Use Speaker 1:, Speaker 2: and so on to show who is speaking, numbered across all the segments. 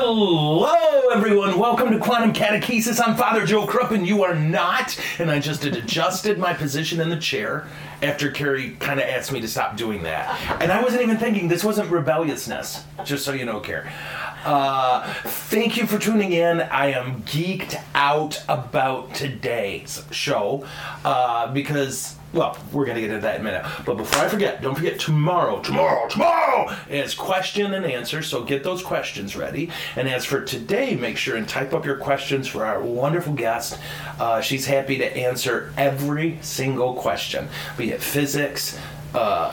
Speaker 1: Hello, everyone. Welcome to Quantum Catechesis. I'm Father Joe Krupp, and you are not. And I just had adjusted my position in the chair after Carrie kind of asked me to stop doing that. And I wasn't even thinking this wasn't rebelliousness, just so you know, Carrie. Uh, thank you for tuning in. I am geeked out about today's show uh, because well, we're gonna get into that in a minute. But before I forget, don't forget tomorrow, tomorrow, tomorrow is question and answer. So get those questions ready. And as for today, make sure and type up your questions for our wonderful guest. Uh, she's happy to answer every single question, be it physics. Uh,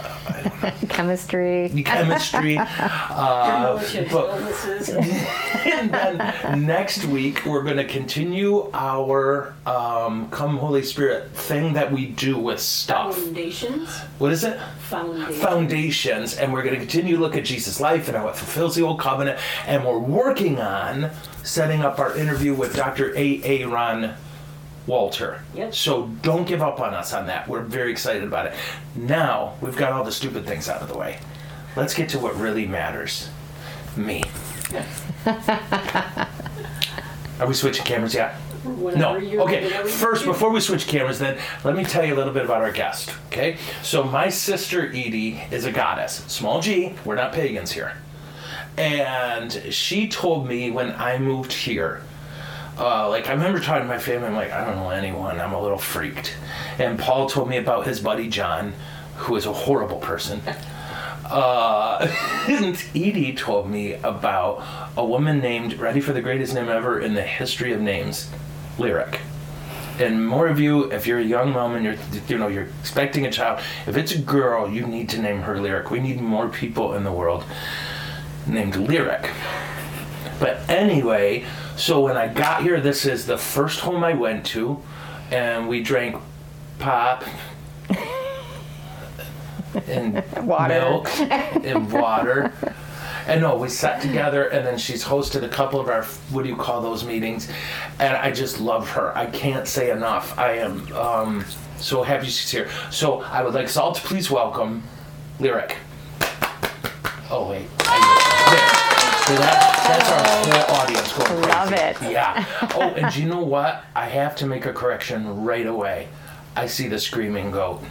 Speaker 2: chemistry.
Speaker 1: chemistry. uh,
Speaker 3: Emotions,
Speaker 1: but-
Speaker 3: illnesses.
Speaker 1: and then next week we're going to continue our um, "Come Holy Spirit" thing that we do with stuff.
Speaker 3: Mm. Foundations.
Speaker 1: What is it?
Speaker 3: Foundations.
Speaker 1: foundations, and we're going to continue to look at Jesus' life and how it fulfills the old covenant. And we're working on setting up our interview with Dr. A. A. Ron Walter.
Speaker 3: Yep.
Speaker 1: So don't give up on us on that. We're very excited about it. Now we've got all the stupid things out of the way. Let's get to what really matters me. Are we switching cameras yet? No.
Speaker 3: Whenever you're-
Speaker 1: Okay.
Speaker 3: whenever you
Speaker 1: First,
Speaker 3: do.
Speaker 1: before we switch cameras, then let me tell you a little bit about our guest. Okay. So my sister Edie is a goddess. Small G. We're not pagans here. And she told me when I moved here. Uh, like I remember talking to my family. I'm like, I don't know anyone. I'm a little freaked. And Paul told me about his buddy John, who is a horrible person. Uh, and Edie told me about a woman named, ready for the greatest name ever in the history of names, Lyric. And more of you, if you're a young mom and you're, you know, you're expecting a child, if it's a girl, you need to name her Lyric. We need more people in the world named Lyric. But anyway, so when I got here, this is the first home I went to, and we drank pop and
Speaker 2: Water.
Speaker 1: milk and water. And no, we sat together, and then she's hosted a couple of our what do you call those meetings, and I just love her. I can't say enough. I am um, so happy she's here. So I would like us all to please welcome Lyric. Oh wait. I- there. So that, that's our whole audience going crazy.
Speaker 2: Love it.
Speaker 1: Yeah. Oh, and you know what? I have to make a correction right away. I see the screaming goat.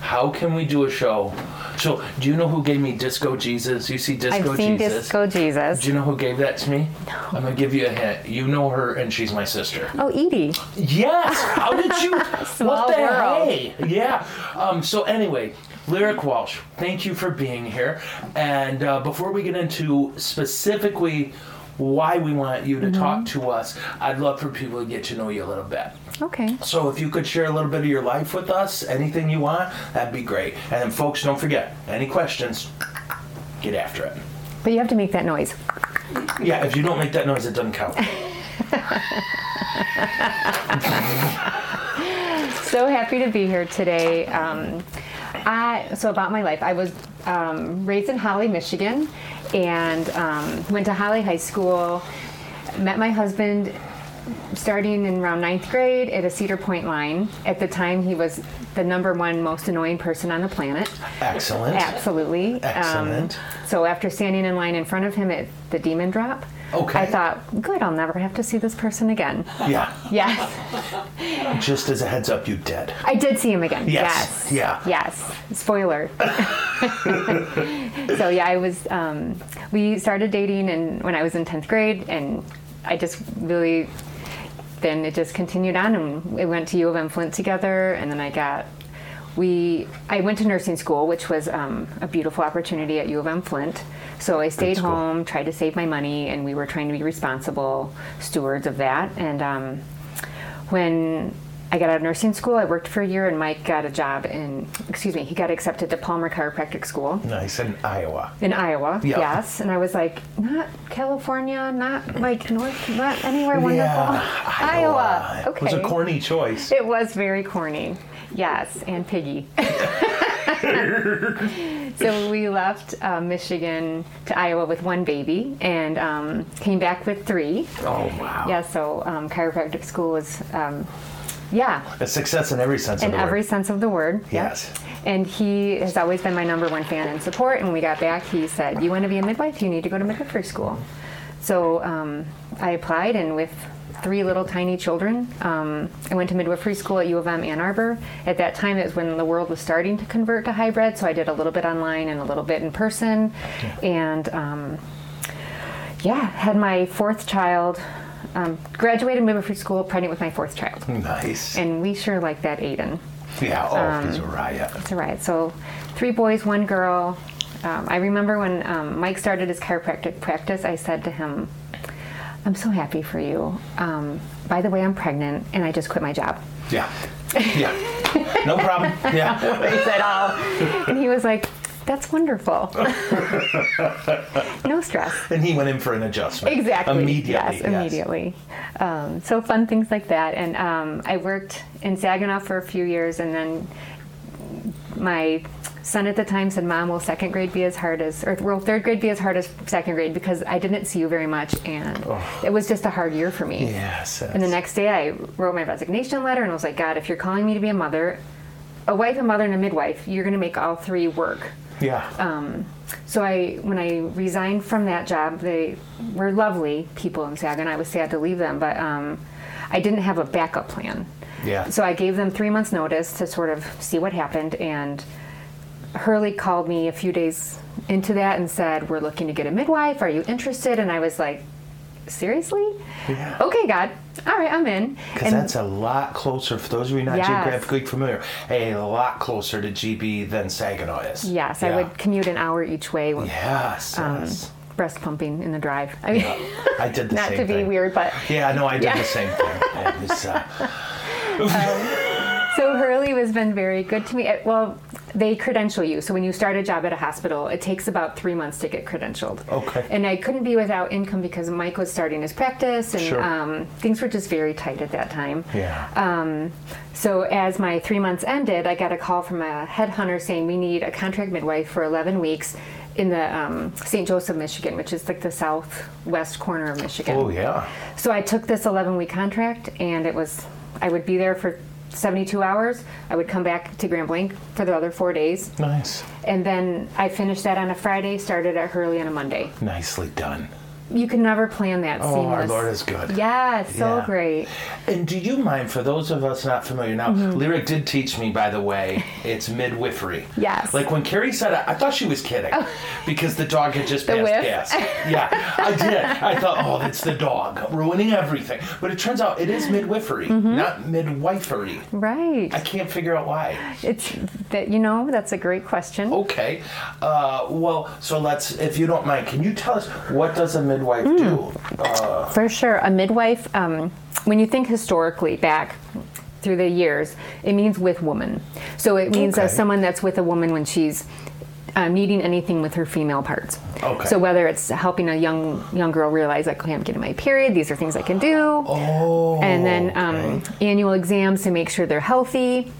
Speaker 1: How can we do a show? So, do you know who gave me Disco Jesus? You see Disco
Speaker 2: I've seen
Speaker 1: Jesus?
Speaker 2: Disco Jesus.
Speaker 1: do you know who gave that to me? I'm gonna give you a hint. You know her, and she's my sister.
Speaker 2: Oh, Edie.
Speaker 1: Yes. How did you?
Speaker 2: Small
Speaker 1: what the
Speaker 2: world.
Speaker 1: hey? Yeah. Um, so anyway, Lyric Walsh, thank you for being here. And uh, before we get into specifically why we want you to talk
Speaker 2: Mm-hmm.
Speaker 1: to us, I'd love for people to get to know you a little bit.
Speaker 2: Okay.
Speaker 1: So if you could share a little bit of your life with us, anything you want, that'd be great. And then folks, don't forget any questions. Get after it.
Speaker 2: But you have to make that noise.
Speaker 1: Yeah, if you don't make that noise, it doesn't count.
Speaker 2: So happy to be here today. Um, I, so about my life, I was um, raised in Holly, Michigan, and um, went to Holly High School. Met my husband starting in around ninth grade at a Cedar Point line. At the time, he was the number one most annoying person on the planet.
Speaker 1: Excellent.
Speaker 2: Absolutely. Um,
Speaker 1: Excellent.
Speaker 2: so after standing in line in front of him at the Demon Drop,
Speaker 1: Okay.
Speaker 2: I thought, good, I'll never have to see this person again.
Speaker 1: Yeah.
Speaker 2: Yes,
Speaker 1: Just as a heads up, you dead.
Speaker 2: I did see him again.
Speaker 1: Yes.
Speaker 2: Yes.
Speaker 1: Yeah.
Speaker 2: Yes. Spoiler. so yeah, I was. Um, we started dating, and when I was in tenth grade, and I just really. Then it just continued on, and we went to U of M Flint together, and then I got. We I went to nursing school, which was um, a beautiful opportunity at U of M Flint. So I stayed
Speaker 1: school.
Speaker 2: home, tried to save my money, and we were trying to be responsible stewards of that. And um, when I got out of nursing school, I worked for a year, and Mike got a job in, excuse me, he got accepted to Palmer Chiropractic School
Speaker 1: Nice in Iowa.
Speaker 2: in Iowa.
Speaker 1: Yeah.
Speaker 2: Yes, and I was like, not California, not like North, not anywhere wonderful. Iowa.
Speaker 1: It was
Speaker 2: Okay.
Speaker 1: a corny choice.
Speaker 2: It was very corny. Yes, and piggy. so we left uh, Michigan to Iowa with one baby and um, came back with three.
Speaker 1: Oh wow.
Speaker 2: Yeah, so um, chiropractic school was, um, yeah,
Speaker 1: A success in every sense
Speaker 2: in
Speaker 1: of the
Speaker 2: every
Speaker 1: word.
Speaker 2: sense of the word. yep.
Speaker 1: Yes.
Speaker 2: And he has always been my number one fan and support. And when we got back, he said, "You want to be a midwife? You need to go to midwifery school." So um, I applied, and with three little tiny children, um, I went to midwifery school at U of M Ann Arbor. At that time, it was when the world was starting to convert to hybrid, so I did a little bit online and a little bit in person, and. Um, yeah, had my fourth child, um, graduated midwifery school, pregnant with my fourth child.
Speaker 1: Hmm. Nice.
Speaker 2: And um, we sure like that Aiden.
Speaker 1: yeah. Oh, he's a riot.
Speaker 2: That's right. So, three boys, one girl. Um, I remember when um, Mike started his chiropractic practice, I said to him, I'm so happy for you. Um, by the way, I'm pregnant and I just quit my job.
Speaker 1: Yeah. Yeah. no problem. Yeah.
Speaker 2: He said, Oh. And he was like, That's wonderful. no stress.
Speaker 1: And he went in for an adjustment.
Speaker 2: Exactly.
Speaker 1: Immediately.
Speaker 2: Yes, immediately. Um, so fun things like that. And um, I worked in Saginaw for a few years, and then my son at the time said, "Mom, will second grade be as hard as, or will third grade be as hard as second grade?" Because I didn't see you very much, and it was just a hard year for me.
Speaker 1: Yes.
Speaker 2: And the next day, I wrote my resignation letter and I was like, God, if you're calling me to be a mother, a wife, a mother, and a midwife, you're going to make all three work.
Speaker 1: Yeah.
Speaker 2: Um, so I, when I resigned from that job, they were lovely people in Saginaw. I was sad to leave them, but um, I didn't have a backup plan.
Speaker 1: Yeah.
Speaker 2: So I gave them three months' notice to sort of see what happened, and Hurley called me a few days into that and said, "We're looking to get a midwife. Are you interested?" And I was like, "Seriously?
Speaker 1: Yeah.
Speaker 2: Okay, God. All right, I'm in."
Speaker 1: Because that's a lot closer, for those of you not
Speaker 2: Yes.
Speaker 1: geographically familiar, a lot closer to GB than Saginaw is.
Speaker 2: yes,
Speaker 1: Yeah.
Speaker 2: I would Um, commute an hour each way, with
Speaker 1: Yes. yes.
Speaker 2: breast pumping in the drive. I mean,
Speaker 1: I did the
Speaker 2: not
Speaker 1: same
Speaker 2: to be
Speaker 1: thing.
Speaker 2: weird, but
Speaker 1: Yeah, no, I did
Speaker 2: Yeah.
Speaker 1: the same thing. It was, uh,
Speaker 2: So Hurley has been very good to me. It- well, they credential you. So when you start a job at a hospital, it takes about three months to get credentialed.
Speaker 1: Okay.
Speaker 2: And I couldn't be without income because Mike was starting his practice, and
Speaker 1: Sure.
Speaker 2: um, things were just very tight at that time.
Speaker 1: yeah.
Speaker 2: Um, so as my three months ended, I got a call from a headhunter saying we need a contract midwife for 11 weeks in the um, St. Joseph, Michigan, which is like the southwest corner of Michigan.
Speaker 1: oh, yeah.
Speaker 2: So I took this 11 week contract, and it was I would be there for 72 hours. I would come back to Grand Blanc for the other four days,
Speaker 1: Nice.
Speaker 2: and then I finished that on a Friday. Started at Hurley on a Monday.
Speaker 1: Nicely done.
Speaker 2: You can never plan that
Speaker 1: Oh,
Speaker 2: seamless.
Speaker 1: our Lord is good.
Speaker 2: Yeah, it's so
Speaker 1: Yeah.
Speaker 2: great.
Speaker 1: And do you mind, for those of us not familiar now,
Speaker 2: Mm-hmm.
Speaker 1: Lyric did teach me, by the way, it's midwifery.
Speaker 2: Yes. Oh.
Speaker 1: Like when Carrie said it, I thought she was kidding because the dog had just passed
Speaker 2: whiff?
Speaker 1: gas. Yeah, I did. I thought, oh, that's the dog ruining everything. But it turns out it is midwifery,
Speaker 2: Mm-hmm.
Speaker 1: not midwifery.
Speaker 2: Right.
Speaker 1: I can't figure out why.
Speaker 2: It's that you know that's a great question.
Speaker 1: Okay. Uh, well, so let's, if you don't mind, can you tell us what does a midwife
Speaker 2: Hmm.
Speaker 1: do? Uh,
Speaker 2: For sure. A midwife, um, when you think historically back through the years, it means with woman. So it means uh,
Speaker 1: Okay.
Speaker 2: someone that's with a woman when she's um, needing anything with her female parts.
Speaker 1: Okay.
Speaker 2: So whether it's helping a young young girl realize like, okay, I'm getting my period. These are things I can do.
Speaker 1: oh.
Speaker 2: and then um, annual exams to make sure they're healthy.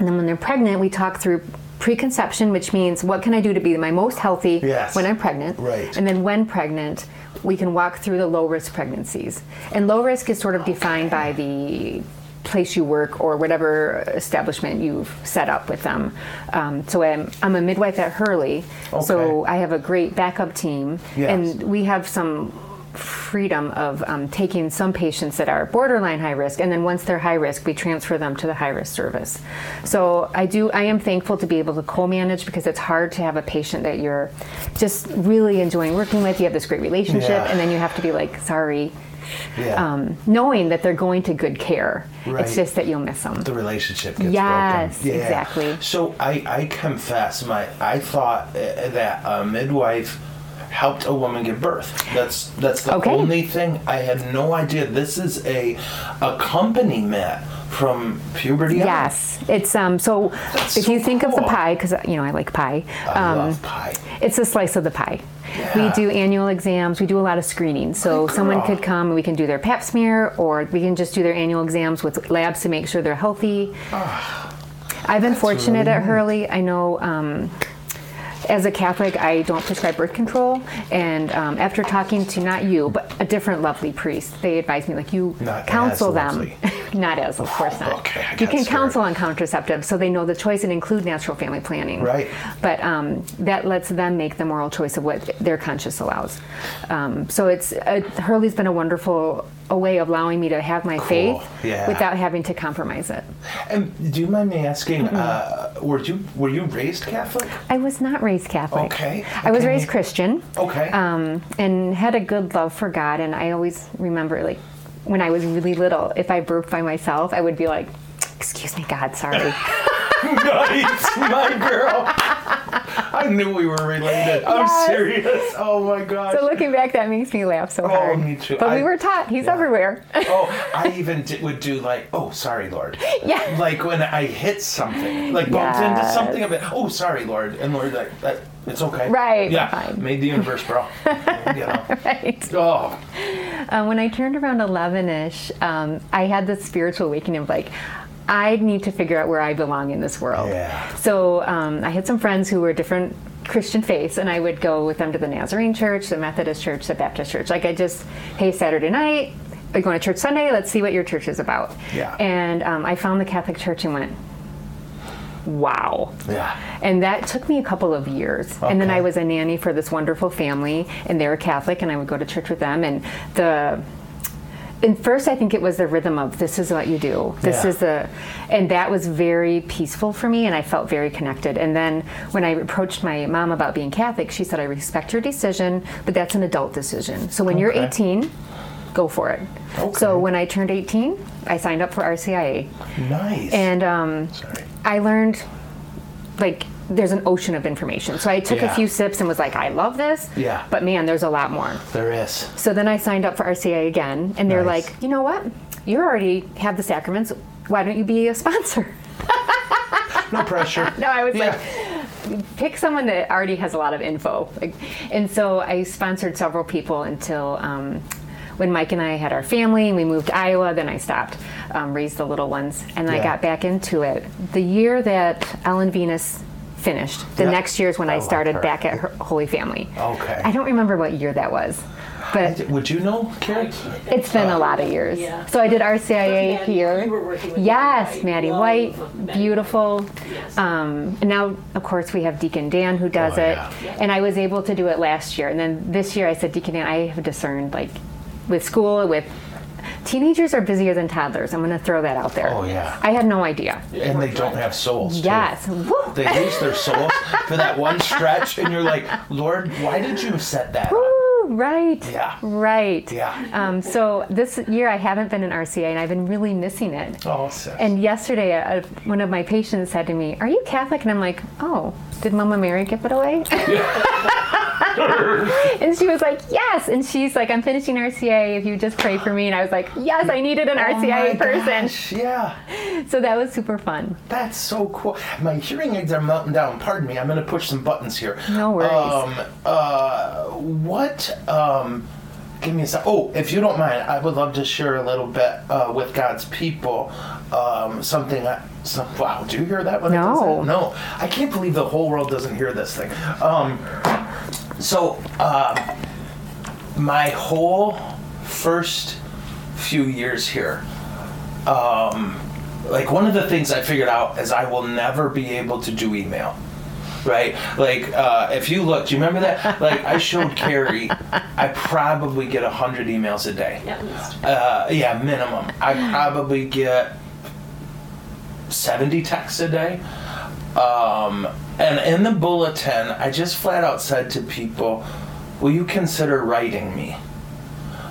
Speaker 2: And then when they're pregnant, we talk through preconception, which means what can I do to be my most healthy
Speaker 1: Yes.
Speaker 2: when I'm pregnant?
Speaker 1: Right.
Speaker 2: And then when pregnant, we can walk through the low risk pregnancies. And low risk is sort of defined by the place you work or whatever establishment you've set up with them. Um, so I'm, I'm a midwife at Hurley, so
Speaker 1: Okay.
Speaker 2: I have a great backup team.
Speaker 1: Yes.
Speaker 2: And we have some freedom of um, taking some patients that are borderline high risk, and then once they're high risk, we transfer them to the high risk service. So I do, I am thankful to be able to co-manage because it's hard to have a patient that you're just really enjoying working with. You have this great relationship,
Speaker 1: Yeah.
Speaker 2: and then you have to be like, sorry,
Speaker 1: Yeah.
Speaker 2: um, knowing that they're going to good care.
Speaker 1: Right.
Speaker 2: It's just that you'll miss them.
Speaker 1: the relationship gets
Speaker 2: Yes,
Speaker 1: broken.
Speaker 2: exactly.
Speaker 1: So I, I confess, my I thought uh, that a midwife helped a woman give birth. That's that's the
Speaker 2: Okay.
Speaker 1: only thing I had no idea. This is a accompaniment from puberty. on.
Speaker 2: Yes, it's um. So if
Speaker 1: so
Speaker 2: you think of the
Speaker 1: cool.
Speaker 2: pie, because you know I like pie.
Speaker 1: I
Speaker 2: um,
Speaker 1: love pie.
Speaker 2: It's a slice of the pie.
Speaker 1: Yeah.
Speaker 2: We do annual exams. We do a lot of screening. So
Speaker 1: Good
Speaker 2: someone
Speaker 1: girl.
Speaker 2: could come and we can do their pap smear or we can just do their annual exams with labs to make sure they're healthy. I've been fortunate
Speaker 1: Ah, really
Speaker 2: at Hurley. I know um, as a Catholic, I don't prescribe birth control. And um, after talking to not you, but a different lovely priest, they advised me, like, you
Speaker 1: Not as
Speaker 2: counsel them.
Speaker 1: lovely. Ah,
Speaker 2: Not as, of course not.
Speaker 1: Okay, I
Speaker 2: you
Speaker 1: got
Speaker 2: can
Speaker 1: scared.
Speaker 2: counsel on contraceptives so they know the choice and include natural family planning.
Speaker 1: Right.
Speaker 2: But um, that lets them make the moral choice of what their conscience allows. Um, so it's uh, Hurley's been a wonderful a way of allowing me to have my faith
Speaker 1: yeah.
Speaker 2: without having to compromise it.
Speaker 1: And do you mind me
Speaker 2: Mm-hmm.
Speaker 1: asking? Uh, were you were you raised Catholic?
Speaker 2: I was not raised Catholic.
Speaker 1: Okay,
Speaker 2: I was
Speaker 1: okay. Oh.
Speaker 2: raised Christian.
Speaker 1: Okay.
Speaker 2: Um, and had a good love for God. And I always remember, like, when I was really little, if I burped by myself, I would be like, Excuse me, God, sorry.
Speaker 1: nice, my girl. I knew we were related. I'm
Speaker 2: Yes.
Speaker 1: serious. Oh my gosh.
Speaker 2: so looking back, that makes me laugh so
Speaker 1: Oh,
Speaker 2: hard.
Speaker 1: me too.
Speaker 2: But
Speaker 1: I-
Speaker 2: we were taught He's
Speaker 1: yeah.
Speaker 2: everywhere.
Speaker 1: oh, I even did, would do like, oh, sorry, Lord.
Speaker 2: Yeah.
Speaker 1: Like when I hit something, like bumped into
Speaker 2: Yes.
Speaker 1: something of it. Oh, sorry, Lord. And Lord, like, that, it's okay.
Speaker 2: Right,
Speaker 1: Yeah.
Speaker 2: we're fine.
Speaker 1: Made the universe, bro. you know.
Speaker 2: right.
Speaker 1: Oh,
Speaker 2: Um, when I turned around 11 ish, um, I had this spiritual awakening of like, I need to figure out where I belong in this world.
Speaker 1: Yeah.
Speaker 2: So um, I had some friends who were different Christian faiths, and I would go with them to the Nazarene church, the Methodist church, the Baptist church. Like, I just, hey, Saturday night, are you going to church Sunday? Let's see what your church is about.
Speaker 1: Yeah.
Speaker 2: And um, I found the Catholic church and went, wow.
Speaker 1: yeah.
Speaker 2: And that took me a couple of years. And then
Speaker 1: Okay.
Speaker 2: I was a nanny for this wonderful family, and they were Catholic, and I would go to church with them. And the and first, I think it was the rhythm of this is what you do. This
Speaker 1: Yeah.
Speaker 2: is the, and that was very peaceful for me, and I felt very connected. And then when I approached my mom about being Catholic, she said, "I respect your decision, but that's an adult decision. So when you're
Speaker 1: Okay.
Speaker 2: 18, go for it."
Speaker 1: Okay.
Speaker 2: So when I turned 18, I signed up for RCIA,
Speaker 1: Nice.
Speaker 2: and um,
Speaker 1: sorry.
Speaker 2: I learned like there's an ocean of information. So I took
Speaker 1: Yeah.
Speaker 2: a few sips and was like, I love this.
Speaker 1: Yeah.
Speaker 2: But man, there's a lot more.
Speaker 1: There is.
Speaker 2: So then I signed up for RCA again, and they're
Speaker 1: Nice.
Speaker 2: like, you know what? You already have the sacraments. Why don't you be a sponsor?
Speaker 1: No pressure.
Speaker 2: No, I was
Speaker 1: Yeah.
Speaker 2: like, pick someone that already has a lot of info. Like, and so I sponsored several people until um, when Mike and I had our family and we moved to Iowa. Then I stopped, um, raised the little ones, and I
Speaker 1: Yeah.
Speaker 2: got back into it. The year that Ellen Venus finished, the
Speaker 1: Yeah.
Speaker 2: next year is when
Speaker 1: I
Speaker 2: I,
Speaker 1: like
Speaker 2: started
Speaker 1: her.
Speaker 2: back at her Holy Family.
Speaker 1: Okay.
Speaker 2: I don't remember what year that was, but
Speaker 1: Would you know, Carrie?
Speaker 2: it's been
Speaker 1: uh,
Speaker 2: a lot of years.
Speaker 3: Yeah.
Speaker 2: So I did RCIA
Speaker 3: Maddie,
Speaker 2: here.
Speaker 3: you were working with
Speaker 2: yes, Maddie
Speaker 3: Maddie White. Love
Speaker 2: White,
Speaker 3: Maddie
Speaker 2: beautiful.
Speaker 3: Yes.
Speaker 2: Um, and now, of course, we have Deacon Dan who does
Speaker 1: Oh,
Speaker 2: it.
Speaker 1: yeah.
Speaker 2: And I was able to do it last year. And then this year, I said, Deacon Dan, I have discerned like with school with. Teenagers are busier than toddlers. I'm going to throw that out there.
Speaker 1: Oh, yeah.
Speaker 2: I had no idea.
Speaker 1: And they don't have souls. too.
Speaker 2: Yes. Woo!
Speaker 1: They lose their souls for that one stretch, and you're like, Lord, why did you set that? up?"
Speaker 2: Woo, right.
Speaker 1: Yeah.
Speaker 2: Right.
Speaker 1: Yeah.
Speaker 2: Um, so this year I haven't been in RCA and I've been really missing it.
Speaker 1: Awesome.
Speaker 2: And yesterday, uh, one of my patients said to me, "Are you Catholic?" And I'm like, "Oh, did Mama Mary give it away?" and she was like, "Yes." And she's like, "I'm finishing RCA. If you just pray for me." And I was like, "Yes, I needed an
Speaker 1: Oh my
Speaker 2: RCA person."
Speaker 1: gosh, yeah,
Speaker 2: So that was super fun.
Speaker 1: that's so cool. My hearing aids are melting down. Pardon me. I'm going to push some buttons here.
Speaker 2: No worries.
Speaker 1: Um, uh, what? Um, give me a sec. Oh, if you don't mind, I would love to share a little bit uh, with God's people. Um, something. I, some, wow. Do you hear that? When it does
Speaker 2: No.
Speaker 1: that? No. I can't believe the whole world doesn't hear this thing. Um, so. Uh, my whole first few years here um, like one of the things i figured out is i will never be able to do email right like uh, if you look do you remember that like i showed carrie i probably get 100 emails a day
Speaker 3: At least.
Speaker 1: uh, yeah minimum i probably get 70 texts a day um, and in the bulletin, I just flat out said to people, "Will you consider writing me?"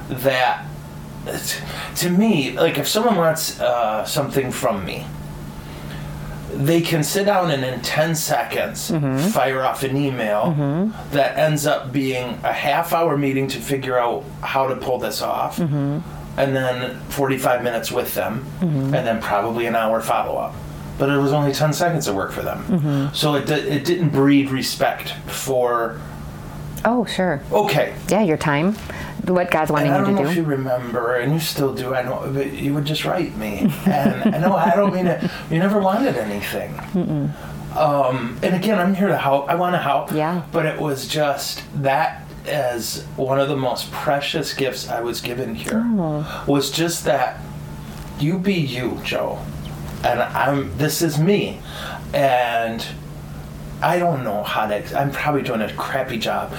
Speaker 1: That t- to me, like if someone wants uh, something from me, they can sit down and in ten seconds fire off an email that ends up being a half hour meeting to figure out how to pull this off. And then 45 minutes with them, and then probably an hour follow up but it was only 10 seconds of work for them. So it, di- it didn't breed respect for,
Speaker 2: Oh, sure.
Speaker 1: okay.
Speaker 2: Yeah, your time, what God's wanting
Speaker 1: And I
Speaker 2: you
Speaker 1: don't know
Speaker 2: to
Speaker 1: if you
Speaker 2: do.
Speaker 1: remember, and you still do, I know, but you would just write me. And I know I don't mean it, you never wanted anything. Um, and again, I'm here to help. I want to help.
Speaker 2: Yeah.
Speaker 1: But it was just that as
Speaker 2: Oh.
Speaker 1: one of the most precious gifts I was given here was just that you be you, Joe. And I'm this is me. And I don't know how to I'm probably doing a crappy job.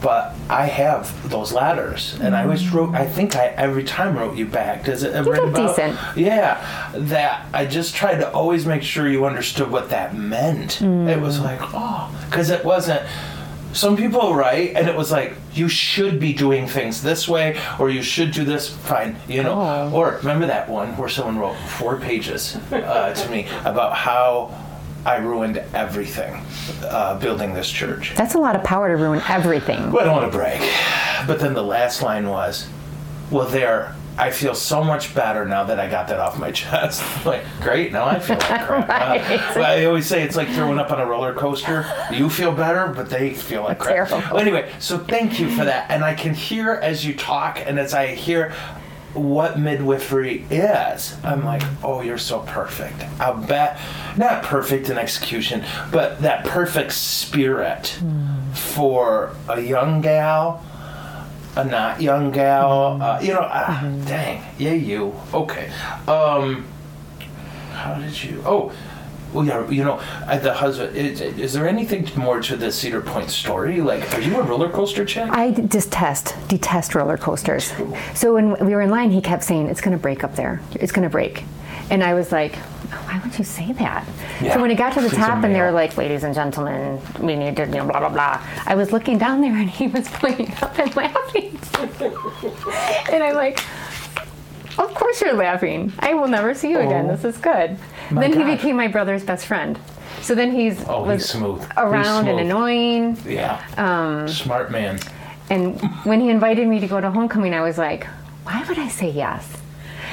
Speaker 1: But I have those ladders, and
Speaker 2: Mm-hmm.
Speaker 1: I always wrote. I think I every time wrote you back. Does it ever
Speaker 2: look decent.
Speaker 1: Yeah, that I just tried to always make sure you understood what that meant. It was like oh, because it wasn't. Some people write, and it was like you should be doing things this way, or you should do this. Fine, you know.
Speaker 2: Oh.
Speaker 1: Or remember that one where someone wrote four pages uh, to me about how I ruined everything uh, building this church.
Speaker 2: That's a lot of power to ruin everything.
Speaker 1: Well, I don't want to brag. But then the last line was, well, there, I feel so much better now that I got that off my chest. like, great, now I feel like crap. Uh, well, I always say it's like throwing up on a roller coaster. You feel better, but they feel like crap.
Speaker 2: Terrible.
Speaker 1: Well, anyway, so thank you for that. And I can hear as you talk and as I hear what midwifery is, I'm like, oh, you're so perfect. I bet, not perfect in execution, but that perfect spirit for a young gal, a not young gal. Uh, you know, ah, dang, yeah, you. Okay. Um, how did you? Oh, well, yeah, you know, I, the husband. Is, is there anything more to the Cedar Point story? Like, are you a roller coaster chick?
Speaker 2: I d- detest, detest roller coasters. So when we were in line, he kept saying, "It's going to break up there. It's going to break," and I was like, "Oh, "Why would you say that?"
Speaker 1: Yeah,
Speaker 2: So when it got to the
Speaker 1: she's a
Speaker 2: top, and they were
Speaker 1: male.
Speaker 2: like, "Ladies and gentlemen, we need to you know, blah blah blah," I was looking down there, and he was pointing up and laughing, and I'm like. Of course you're laughing. I will never see you again.
Speaker 1: Oh.
Speaker 2: This is good.
Speaker 1: My
Speaker 2: then
Speaker 1: God.
Speaker 2: he became my brother's best friend. So then he's
Speaker 1: Oh,
Speaker 2: was
Speaker 1: he's smooth. He's
Speaker 2: around
Speaker 1: smooth.
Speaker 2: and annoying.
Speaker 1: Yeah. Um, Smart man.
Speaker 2: And when he invited me to go to homecoming, I was like, why would I say yes?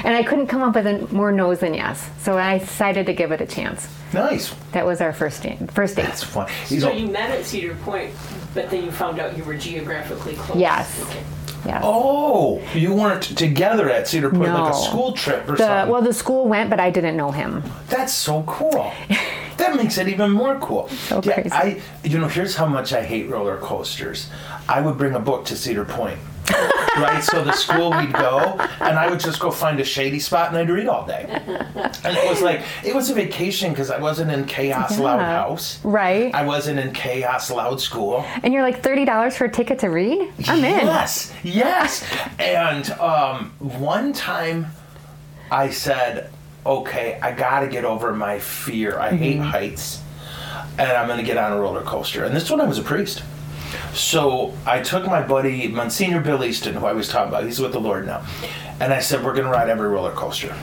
Speaker 2: And I couldn't come up with a, more no's than yes. So I decided to give it a chance.
Speaker 1: Nice.
Speaker 2: That was our first date. First date.
Speaker 1: That's fun. You
Speaker 3: So
Speaker 1: know-
Speaker 3: you met at Cedar Point, but then you found out you were geographically close.
Speaker 2: Yes.
Speaker 3: Okay.
Speaker 2: Yes.
Speaker 1: Oh, you weren't together at Cedar Point like
Speaker 2: No.
Speaker 1: a school trip or
Speaker 2: the,
Speaker 1: something.
Speaker 2: well, the school went, but I didn't know him.
Speaker 1: That's so cool. that makes it even more cool.
Speaker 2: So
Speaker 1: yeah,
Speaker 2: crazy.
Speaker 1: I you know, here's how much I hate roller coasters. I would bring a book to Cedar Point. right? So the school we'd go and I would just go find a shady spot and I'd read all day. And it was like it was a vacation because I wasn't in chaos loud
Speaker 2: Yeah.
Speaker 1: house.
Speaker 2: Right.
Speaker 1: I wasn't in chaos loud school.
Speaker 2: and you're like, $30 for a ticket to read? I'm in.
Speaker 1: Yes, yes. And um, one time I said, okay, I got to get over my fear. I
Speaker 2: Mm-hmm.
Speaker 1: hate heights. And I'm going to get on a roller coaster. And this one I was a priest. So I took my buddy, Monsignor Bill Easton, who I was talking about. He's with the Lord now. And I said, we're going to ride every roller coaster.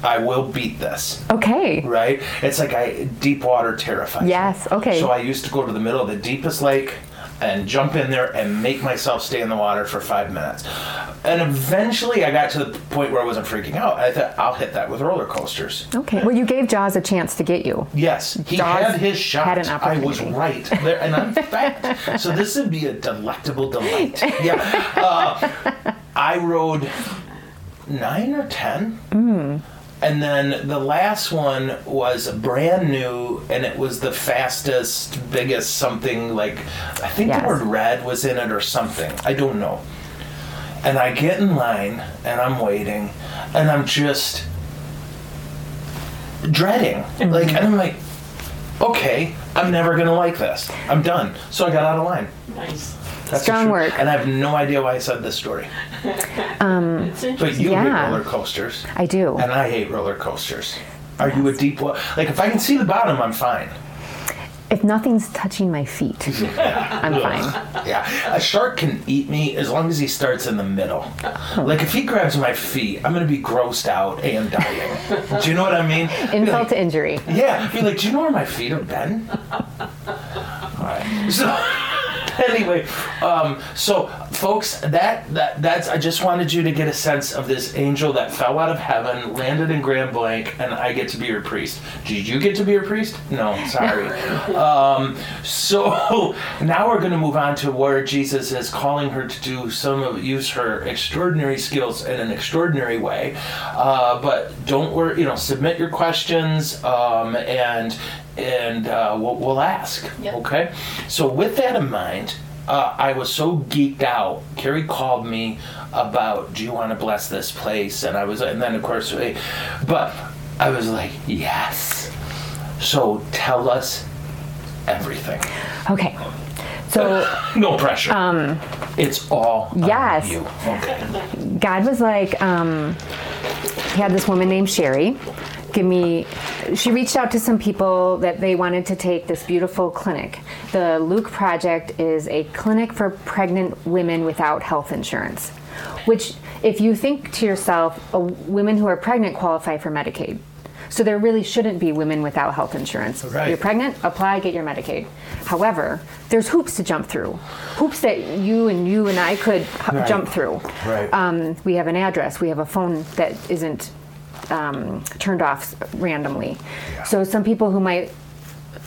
Speaker 1: I will beat this
Speaker 2: Okay.
Speaker 1: right? It's like I deep water terrifies me.
Speaker 2: Yes, okay.
Speaker 1: So I used to go to the middle of the deepest lake and jump in there and make myself stay in the water for five minutes. And eventually I got to the point where I wasn't freaking out. I thought I'll hit that with roller coasters.
Speaker 2: Okay. Well, you gave Jaws a chance to get you.
Speaker 1: Yes, he
Speaker 2: Jaws
Speaker 1: had his shot.
Speaker 2: had an
Speaker 1: I was
Speaker 2: opportunity.
Speaker 1: right, there, and I'm fat. so this would be a delectable delight. Yeah, Uh, I rode nine or ten, Mm. and then the last one was brand new, and it was the fastest, biggest something. Like I think
Speaker 2: Yes.
Speaker 1: the word "red" was in it or something. I don't know. And I get in line, and I'm waiting, and I'm just dreading.
Speaker 2: Mm-hmm.
Speaker 1: Like, and I'm like, okay, I'm never gonna like this. I'm done. So I got out of line.
Speaker 3: Nice.
Speaker 1: That's the
Speaker 2: Strong
Speaker 1: truth.
Speaker 2: work.
Speaker 1: And I have no idea why I said this story.
Speaker 3: It's interesting.
Speaker 1: But you
Speaker 2: Yeah.
Speaker 1: hate roller coasters,
Speaker 2: I do.
Speaker 1: and I hate roller coasters. Are you a deep wa- like? If I can see the bottom, I'm fine.
Speaker 2: If nothing's touching my feet, I'm fine.
Speaker 1: Yeah, a shark can eat me as long as he starts in the middle. Like if he grabs my feet, I'm gonna be grossed out and dying. Do you know what I mean? Be
Speaker 2: Insult
Speaker 1: like,
Speaker 2: to injury.
Speaker 1: Yeah, be like, do you know where my feet have been? Alright. So anyway, um, so folks, that, that that's I just wanted you to get a sense of this angel that fell out of heaven, landed in Grand Blanc, and I get to be your priest. Did you get to be your priest? No, sorry. um, so now we're gonna move on to where Jesus is calling her to do some of use her extraordinary skills in an extraordinary way. Uh, but don't worry, you know, submit your questions um, and and uh, we'll, we'll ask.
Speaker 3: Yep.
Speaker 1: Okay. So with that in mind, uh, I was so geeked out. Carrie called me about, "Do you want to bless this place?" And I was, and then of course, we- but I was like, "Yes." So tell us everything.
Speaker 2: Okay. So
Speaker 1: No pressure. Um, it's all on
Speaker 2: Yes.
Speaker 1: you. Okay.
Speaker 2: God was like, um, he had this woman named Sherry. Give me, she reached out to some people that they wanted to take this beautiful clinic. The Luke Project is a clinic for pregnant women without health insurance, which, if you think to yourself, uh, women who are pregnant qualify for Medicaid. So there really shouldn't be women without health insurance.
Speaker 1: Right.
Speaker 2: You're pregnant, apply, get your Medicaid. However, there's hoops to jump through, hoops that you and you and I could h-
Speaker 1: Right.
Speaker 2: jump through.
Speaker 1: Right.
Speaker 2: Um, we have an address. We have a phone that isn't um, turned off randomly. So some people who might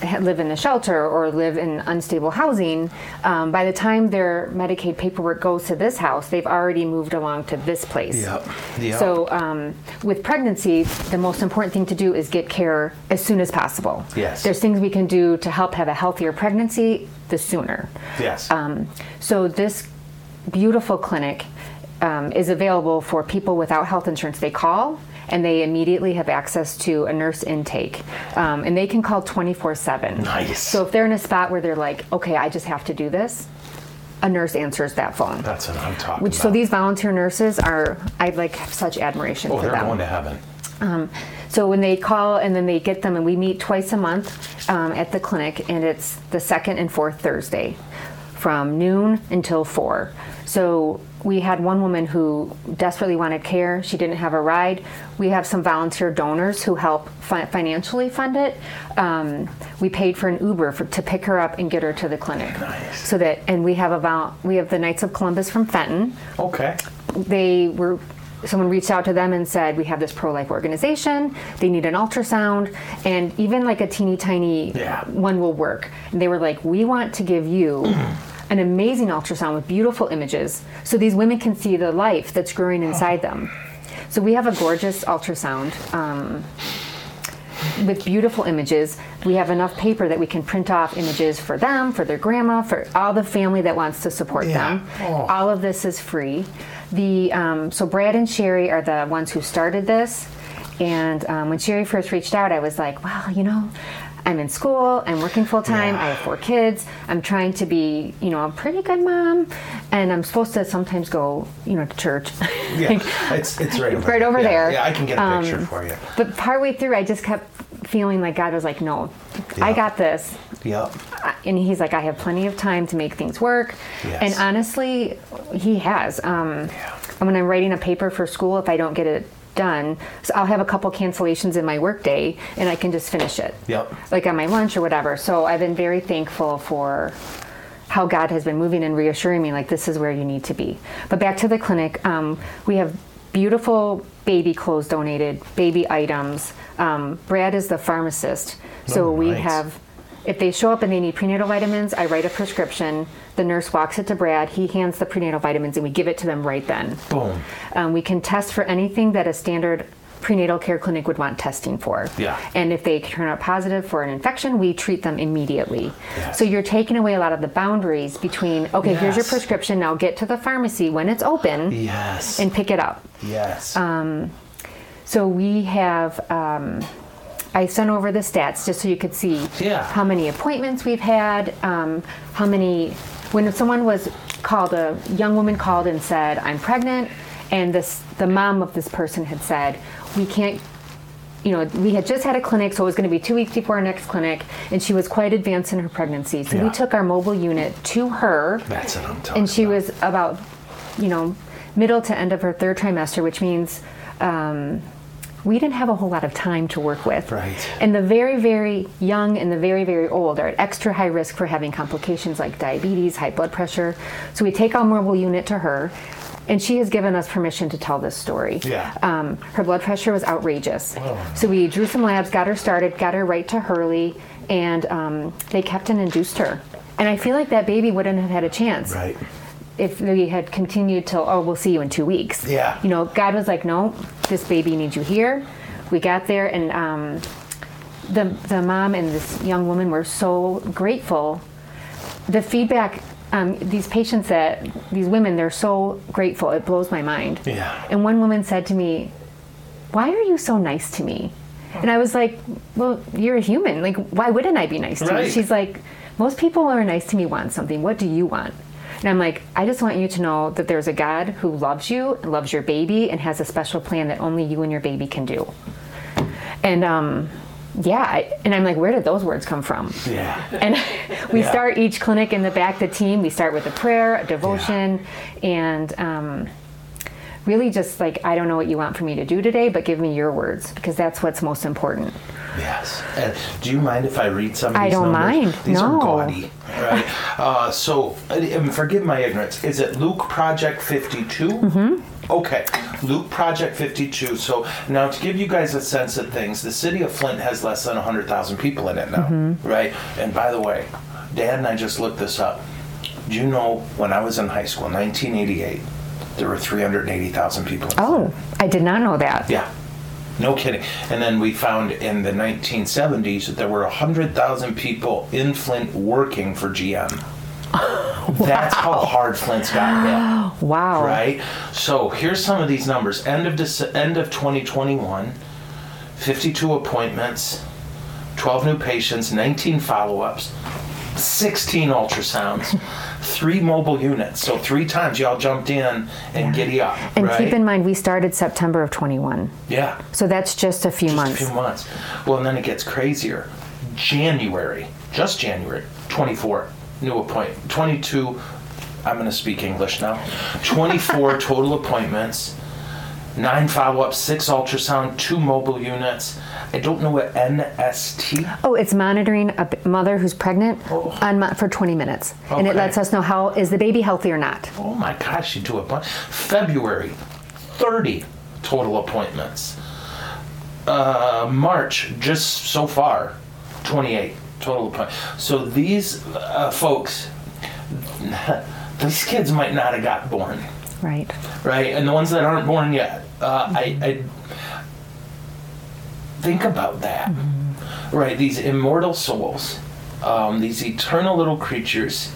Speaker 2: ha- live in the shelter or live in unstable housing, um, by the time their Medicaid paperwork goes to this house, they've already moved along to this place.
Speaker 1: Yep. Yep.
Speaker 2: So um, with pregnancy, the most important thing to do is get care as soon as possible.
Speaker 1: Yes.
Speaker 2: There's things we can do to help have a healthier pregnancy the sooner.
Speaker 1: Yes.
Speaker 2: Um, so this beautiful clinic um, is available for people without health insurance. They call and they immediately have access to a nurse intake, um, and they can call 24/7.
Speaker 1: Nice.
Speaker 2: So if they're in a spot where they're like, okay, I just have to do this, a nurse answers that phone.
Speaker 1: That's what I'm talking
Speaker 2: Which
Speaker 1: about.
Speaker 2: so these volunteer nurses are I like have such admiration
Speaker 1: oh,
Speaker 2: for
Speaker 1: they're
Speaker 2: them.
Speaker 1: going to heaven.
Speaker 2: Um, so when they call and then they get them, and we meet twice a month um, at the clinic, and it's the second and fourth Thursday from noon until four. So we had one woman who desperately wanted care. She didn't have a ride. We have some volunteer donors who help fi- financially fund it. Um, we paid for an Uber for, to pick her up and get her to the clinic.
Speaker 1: Nice.
Speaker 2: So that, and we have a vol- we have the Knights of Columbus from Fenton
Speaker 1: Okay.
Speaker 2: they were someone reached out to them and said we have this pro-life organization they need an ultrasound and even like a teeny tiny
Speaker 1: Yeah.
Speaker 2: one will work and they were like we want to give you an amazing ultrasound with beautiful images so these women can see the life that's growing inside them so we have a gorgeous ultrasound um, with beautiful images we have enough paper that we can print off images for them for their grandma for all the family that wants to support
Speaker 1: Yeah.
Speaker 2: them
Speaker 1: Oh.
Speaker 2: all of this is free. The um, so Brad and Sherry are the ones who started this. And um, when Sherry first reached out, I was like, "Well, you know, I'm in school. I'm working full time. I have four kids. I'm trying to be, you know, a pretty good mom, and I'm supposed to sometimes go, you know, to church."
Speaker 1: Yeah. it's it's right over
Speaker 2: right over
Speaker 1: Yeah,
Speaker 2: there.
Speaker 1: Yeah, I can get a picture
Speaker 2: Um,
Speaker 1: for you.
Speaker 2: But partway through, I just kept feeling like God was like, "No, I
Speaker 1: Yeah.
Speaker 2: got this.
Speaker 1: Yep.
Speaker 2: I- and he's like, I have plenty of time to make things work.
Speaker 1: Yes.
Speaker 2: And honestly, he has. Um,
Speaker 1: Yeah.
Speaker 2: and When I'm writing a paper for school, if I don't get it done, so I'll have a couple cancellations in my workday, and I can just finish it.
Speaker 1: Yep.
Speaker 2: Like on my lunch or whatever. So I've been very thankful for how God has been moving and reassuring me, like this is where you need to be. But back to the clinic, um, we have beautiful baby clothes donated, baby items. Um, Brad is the pharmacist, so
Speaker 1: Oh,
Speaker 2: we
Speaker 1: nice.
Speaker 2: have if they show up and they need prenatal vitamins, I write a prescription. The nurse walks it to Brad. He hands the prenatal vitamins, and we give it to them right then.
Speaker 1: Boom.
Speaker 2: Um, we can test for anything that a standard prenatal care clinic would want testing for.
Speaker 1: Yeah.
Speaker 2: And if they turn out positive for an infection, we treat them immediately.
Speaker 1: Yes.
Speaker 2: So you're taking away a lot of the boundaries between okay, here's your
Speaker 1: Yes.
Speaker 2: prescription. Now get to the pharmacy when it's open
Speaker 1: Yes.
Speaker 2: and um, pick it up.
Speaker 1: yes.
Speaker 2: So we have. Um, I sent over the stats just so you could see
Speaker 1: Yeah.
Speaker 2: how many appointments we've had, um, how many. When someone was called, a young woman called and said, "I'm pregnant," and this the mom of this person had said, "We can't." You know, we had just had a clinic, so it was going to be two weeks before our next clinic, and she was quite advanced in her pregnancy. So we
Speaker 1: Yeah.
Speaker 2: took our mobile unit to her
Speaker 1: That's what I'm talking
Speaker 2: and she
Speaker 1: about.
Speaker 2: was about you know middle to end of her third trimester which means um, we didn't have a whole lot of time to work with
Speaker 1: Right.
Speaker 2: and the very very young and the very very old are at extra high risk for having complications like diabetes high blood pressure so we take our mobile unit to her and she has given us permission to tell this story
Speaker 1: Yeah.
Speaker 2: um, her blood pressure was outrageous.
Speaker 1: Wow.
Speaker 2: So we drew some labs, got her started, got her right to Hurley, and um, they kept and induced her. And I feel like that baby wouldn't have had a chance
Speaker 1: Right.
Speaker 2: if they had continued till, oh, we'll see you in two weeks.
Speaker 1: Yeah.
Speaker 2: You know, God was like, no, this baby needs you here. We got there, and um, the, the mom and this young woman were so grateful. The feedback um, these patients that these women they're so grateful it blows my mind
Speaker 1: Yeah.
Speaker 2: and one woman said to me why are you so nice to me and i was like well you're a human like why wouldn't i be nice to you
Speaker 1: Right.
Speaker 2: she's like most people who are nice to me want something what do you want and i'm like i just want you to know that there's a god who loves you loves your baby and has a special plan that only you and your baby can do and um yeah I- and i'm like where did those words come from
Speaker 1: Yeah.
Speaker 2: and we
Speaker 1: Yeah.
Speaker 2: start each clinic in the back, the team, we start with a prayer, a devotion, and um, really just like, I don't know what you want for me to do today, but give me your words because that's what's most important.
Speaker 1: Yes. And do you mind if I read some of these
Speaker 2: I don't
Speaker 1: numbers?
Speaker 2: mind.
Speaker 1: These
Speaker 2: No.
Speaker 1: are gaudy. Right. Uh, so, and- and forgive my ignorance. Is it Luke Project 52? Mm-hmm. Okay. Luke Project 52. So, now to give you guys a sense of things, the city of Flint has less than 100,000 people in it now.
Speaker 2: Mm-hmm.
Speaker 1: Right. And by the way, Dad and I just looked this up. Do you know when I was in high school, 1988, there were 380,000 people in Flint?
Speaker 2: Oh, I did not know that.
Speaker 1: Yeah. No kidding. And then we found in the 1970s that there were 100,000 people in Flint working for GM. That's how hard Flint's gotten hit,
Speaker 2: Wow.
Speaker 1: right? So here's some of these numbers. End of Dece- end of 2021, 52 appointments, 12 new patients, 19 follow-ups, 16 ultrasounds, three mobile units. So three times y'all jumped in and giddy up,
Speaker 2: And
Speaker 1: right?
Speaker 2: keep in mind, we started September of 21.
Speaker 1: yeah.
Speaker 2: So that's just a few months.
Speaker 1: Just a few months. Well, and then it gets crazier. January, just January, 24 new appointment, 22. I'm going to speak English now. 24 total appointments, nine follow-ups, six ultrasound, two mobile units. I don't know what NST.
Speaker 2: Oh, it's monitoring a b- mother who's pregnant
Speaker 1: Oh.
Speaker 2: on mo- for 20 minutes, and it
Speaker 1: Okay.
Speaker 2: lets us know how is the baby healthy or not.
Speaker 1: Oh my gosh, you do a bunch. February, 30 total appointments. Uh, March, just so far, 28 total appointments. So these uh, folks, these kids might not have got born,
Speaker 2: Right.
Speaker 1: right? And the ones that aren't born yet, uh, I, I think about that, right? These immortal souls, um, these eternal little creatures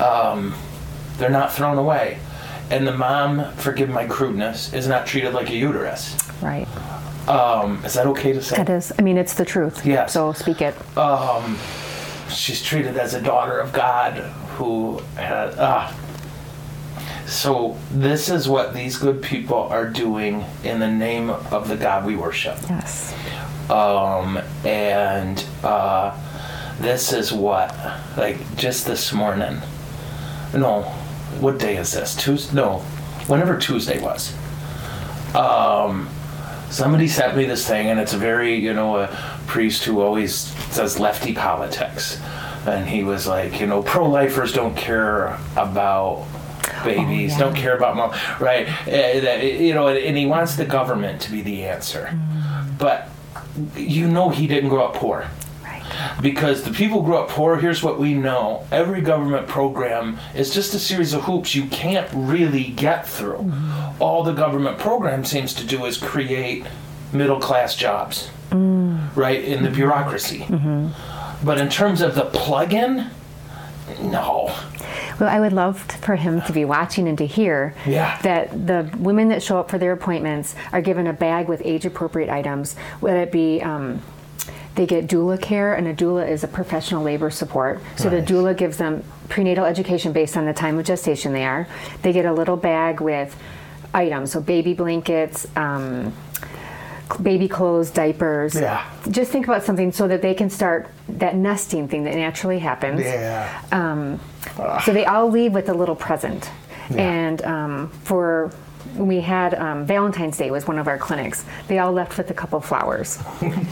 Speaker 1: um, they're not thrown away. And the mom, forgive my crudeness, is not treated like a uterus.
Speaker 2: Right.
Speaker 1: Um, is that okay to say?
Speaker 2: That is. I mean, it's the truth.
Speaker 1: Yes. Uh,
Speaker 2: So speak it.
Speaker 1: She's treated as a daughter of God who had. Ah. So, this is what these good people are doing in the name of the God we worship.
Speaker 2: Yes.
Speaker 1: um, and uh, this is what like just this morning no what day is this tuesday no whenever tuesday was um, somebody sent me this thing and it's a very you know a priest who always says lefty politics and he was like you know pro-lifers don't care about babies
Speaker 2: yeah.
Speaker 1: don't care about mom right Uh, that- you know and- and he wants the government to be the answer but you know he didn't grow up poor
Speaker 2: Right.
Speaker 1: because the people who grew up poor here's what we know every government program is just a series of hoops you can't really get through
Speaker 2: Mm-hmm.
Speaker 1: all the government program seems to do is create middle class jobs
Speaker 2: Mm.
Speaker 1: right in the bureaucracy
Speaker 2: Mm-hmm.
Speaker 1: but in terms of the plug-in no
Speaker 2: Well, I would love t- for him to be watching and to hear
Speaker 1: Yeah.
Speaker 2: that the women that show up for their appointments are given a bag with age appropriate items, whether it be. Um, they get doula care, and a doula is a professional labor support. So
Speaker 1: Nice.
Speaker 2: the doula gives them prenatal education based on the time of gestation they are. They get a little bag with items, so baby blankets, um, cl- baby clothes, diapers.
Speaker 1: Yeah.
Speaker 2: Just think about something so that they can start that nesting thing that naturally happens.
Speaker 1: yeah
Speaker 2: Um, so they all leave with a little present. And um, for we had um, Valentine's Day was one of our clinics. They all left with a couple flowers,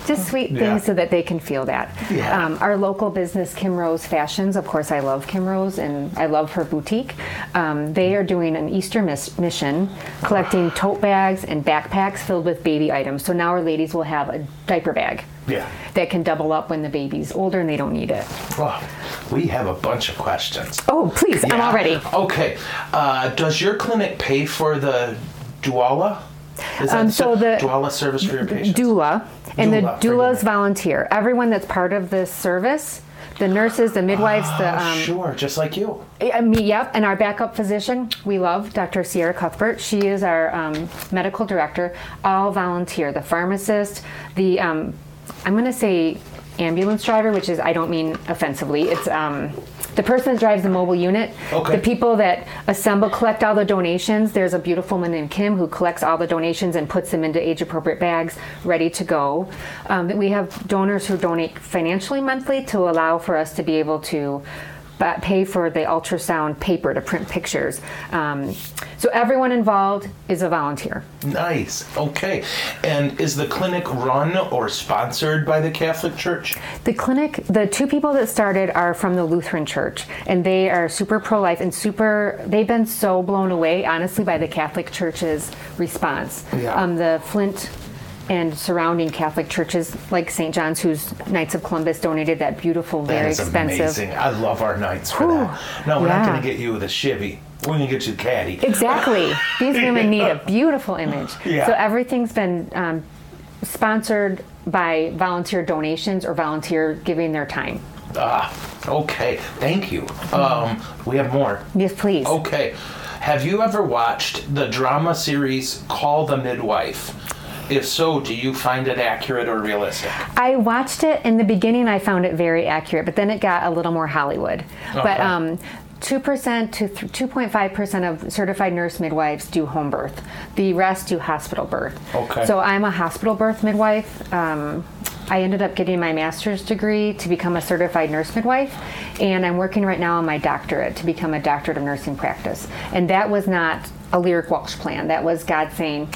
Speaker 2: just sweet things
Speaker 1: Yeah.
Speaker 2: so that they can feel that.
Speaker 1: Yeah.
Speaker 2: Um, our local business, Kim Rose Fashions, of course, I love Kim Rose and I love her boutique. Um, they are doing an Easter miss- mission, collecting tote bags and backpacks filled with baby items. So now our ladies will have a diaper bag
Speaker 1: Yeah.
Speaker 2: that can double up when the baby's older and they don't need it.
Speaker 1: Well, we have a bunch of questions
Speaker 2: Oh, please, I'm all ready.
Speaker 1: Okay. Uh, does your clinic pay for the doula? Is
Speaker 2: Um, so the-
Speaker 1: doula service for your patients?
Speaker 2: doula, and
Speaker 1: Doula,
Speaker 2: the
Speaker 1: forgive
Speaker 2: doulas
Speaker 1: me.
Speaker 2: volunteer. Everyone that's part of this service the nurses, the midwives, the
Speaker 1: Oh,
Speaker 2: um,
Speaker 1: sure, just like you.
Speaker 2: I mean, yep, and our backup physician, we love Dr. Sierra Cuthbert. She is our um, medical director, all volunteer. The pharmacist, the um, I'm going to say ambulance driver, which is I don't mean offensively. It's um, the person that drives the mobile unit.
Speaker 1: Okay.
Speaker 2: The people that assemble, collect all the donations. There's a beautiful woman named Kim who collects all the donations and puts them into age-appropriate bags, ready to go. Um, we have donors who donate financially monthly to allow for us to be able to but pay for the ultrasound paper to print pictures. Um, so everyone involved is a volunteer.
Speaker 1: Nice. Okay. And is the clinic run or sponsored by the Catholic Church?
Speaker 2: The clinic, the two people that started are from the Lutheran Church, and they are super pro life and super, they've been so blown away, honestly, by the Catholic Church's response.
Speaker 1: Yeah.
Speaker 2: Um, the Flint and surrounding Catholic churches, like St. John's, whose Knights of Columbus donated that beautiful, very
Speaker 1: that is
Speaker 2: expensive.
Speaker 1: amazing. I love our nights for
Speaker 2: Whew.
Speaker 1: that. No, we're not
Speaker 2: Yeah.
Speaker 1: going to get you with a Chevy. We're going to get you the Caddy.
Speaker 2: Exactly. These women need a beautiful image.
Speaker 1: Yeah.
Speaker 2: So everything's been um, sponsored by volunteer donations or volunteer giving their time.
Speaker 1: Ah, okay. Thank you. Um, we have more.
Speaker 2: Yes, please.
Speaker 1: Okay. Have you ever watched the drama series Call the Midwife? If so, do you find it accurate or realistic?
Speaker 2: I watched it in the beginning. I found it very accurate, but then it got a little more Hollywood. But
Speaker 1: Okay.
Speaker 2: um, two percent to two point five percent of certified nurse midwives do home birth. The rest do hospital birth.
Speaker 1: Okay.
Speaker 2: So I'm a hospital birth midwife. Um, I ended up getting my master's degree to become a certified nurse midwife, and I'm working right now on my doctorate to become a doctorate of nursing practice. And that was not a lyric Walsh plan. That was God saying,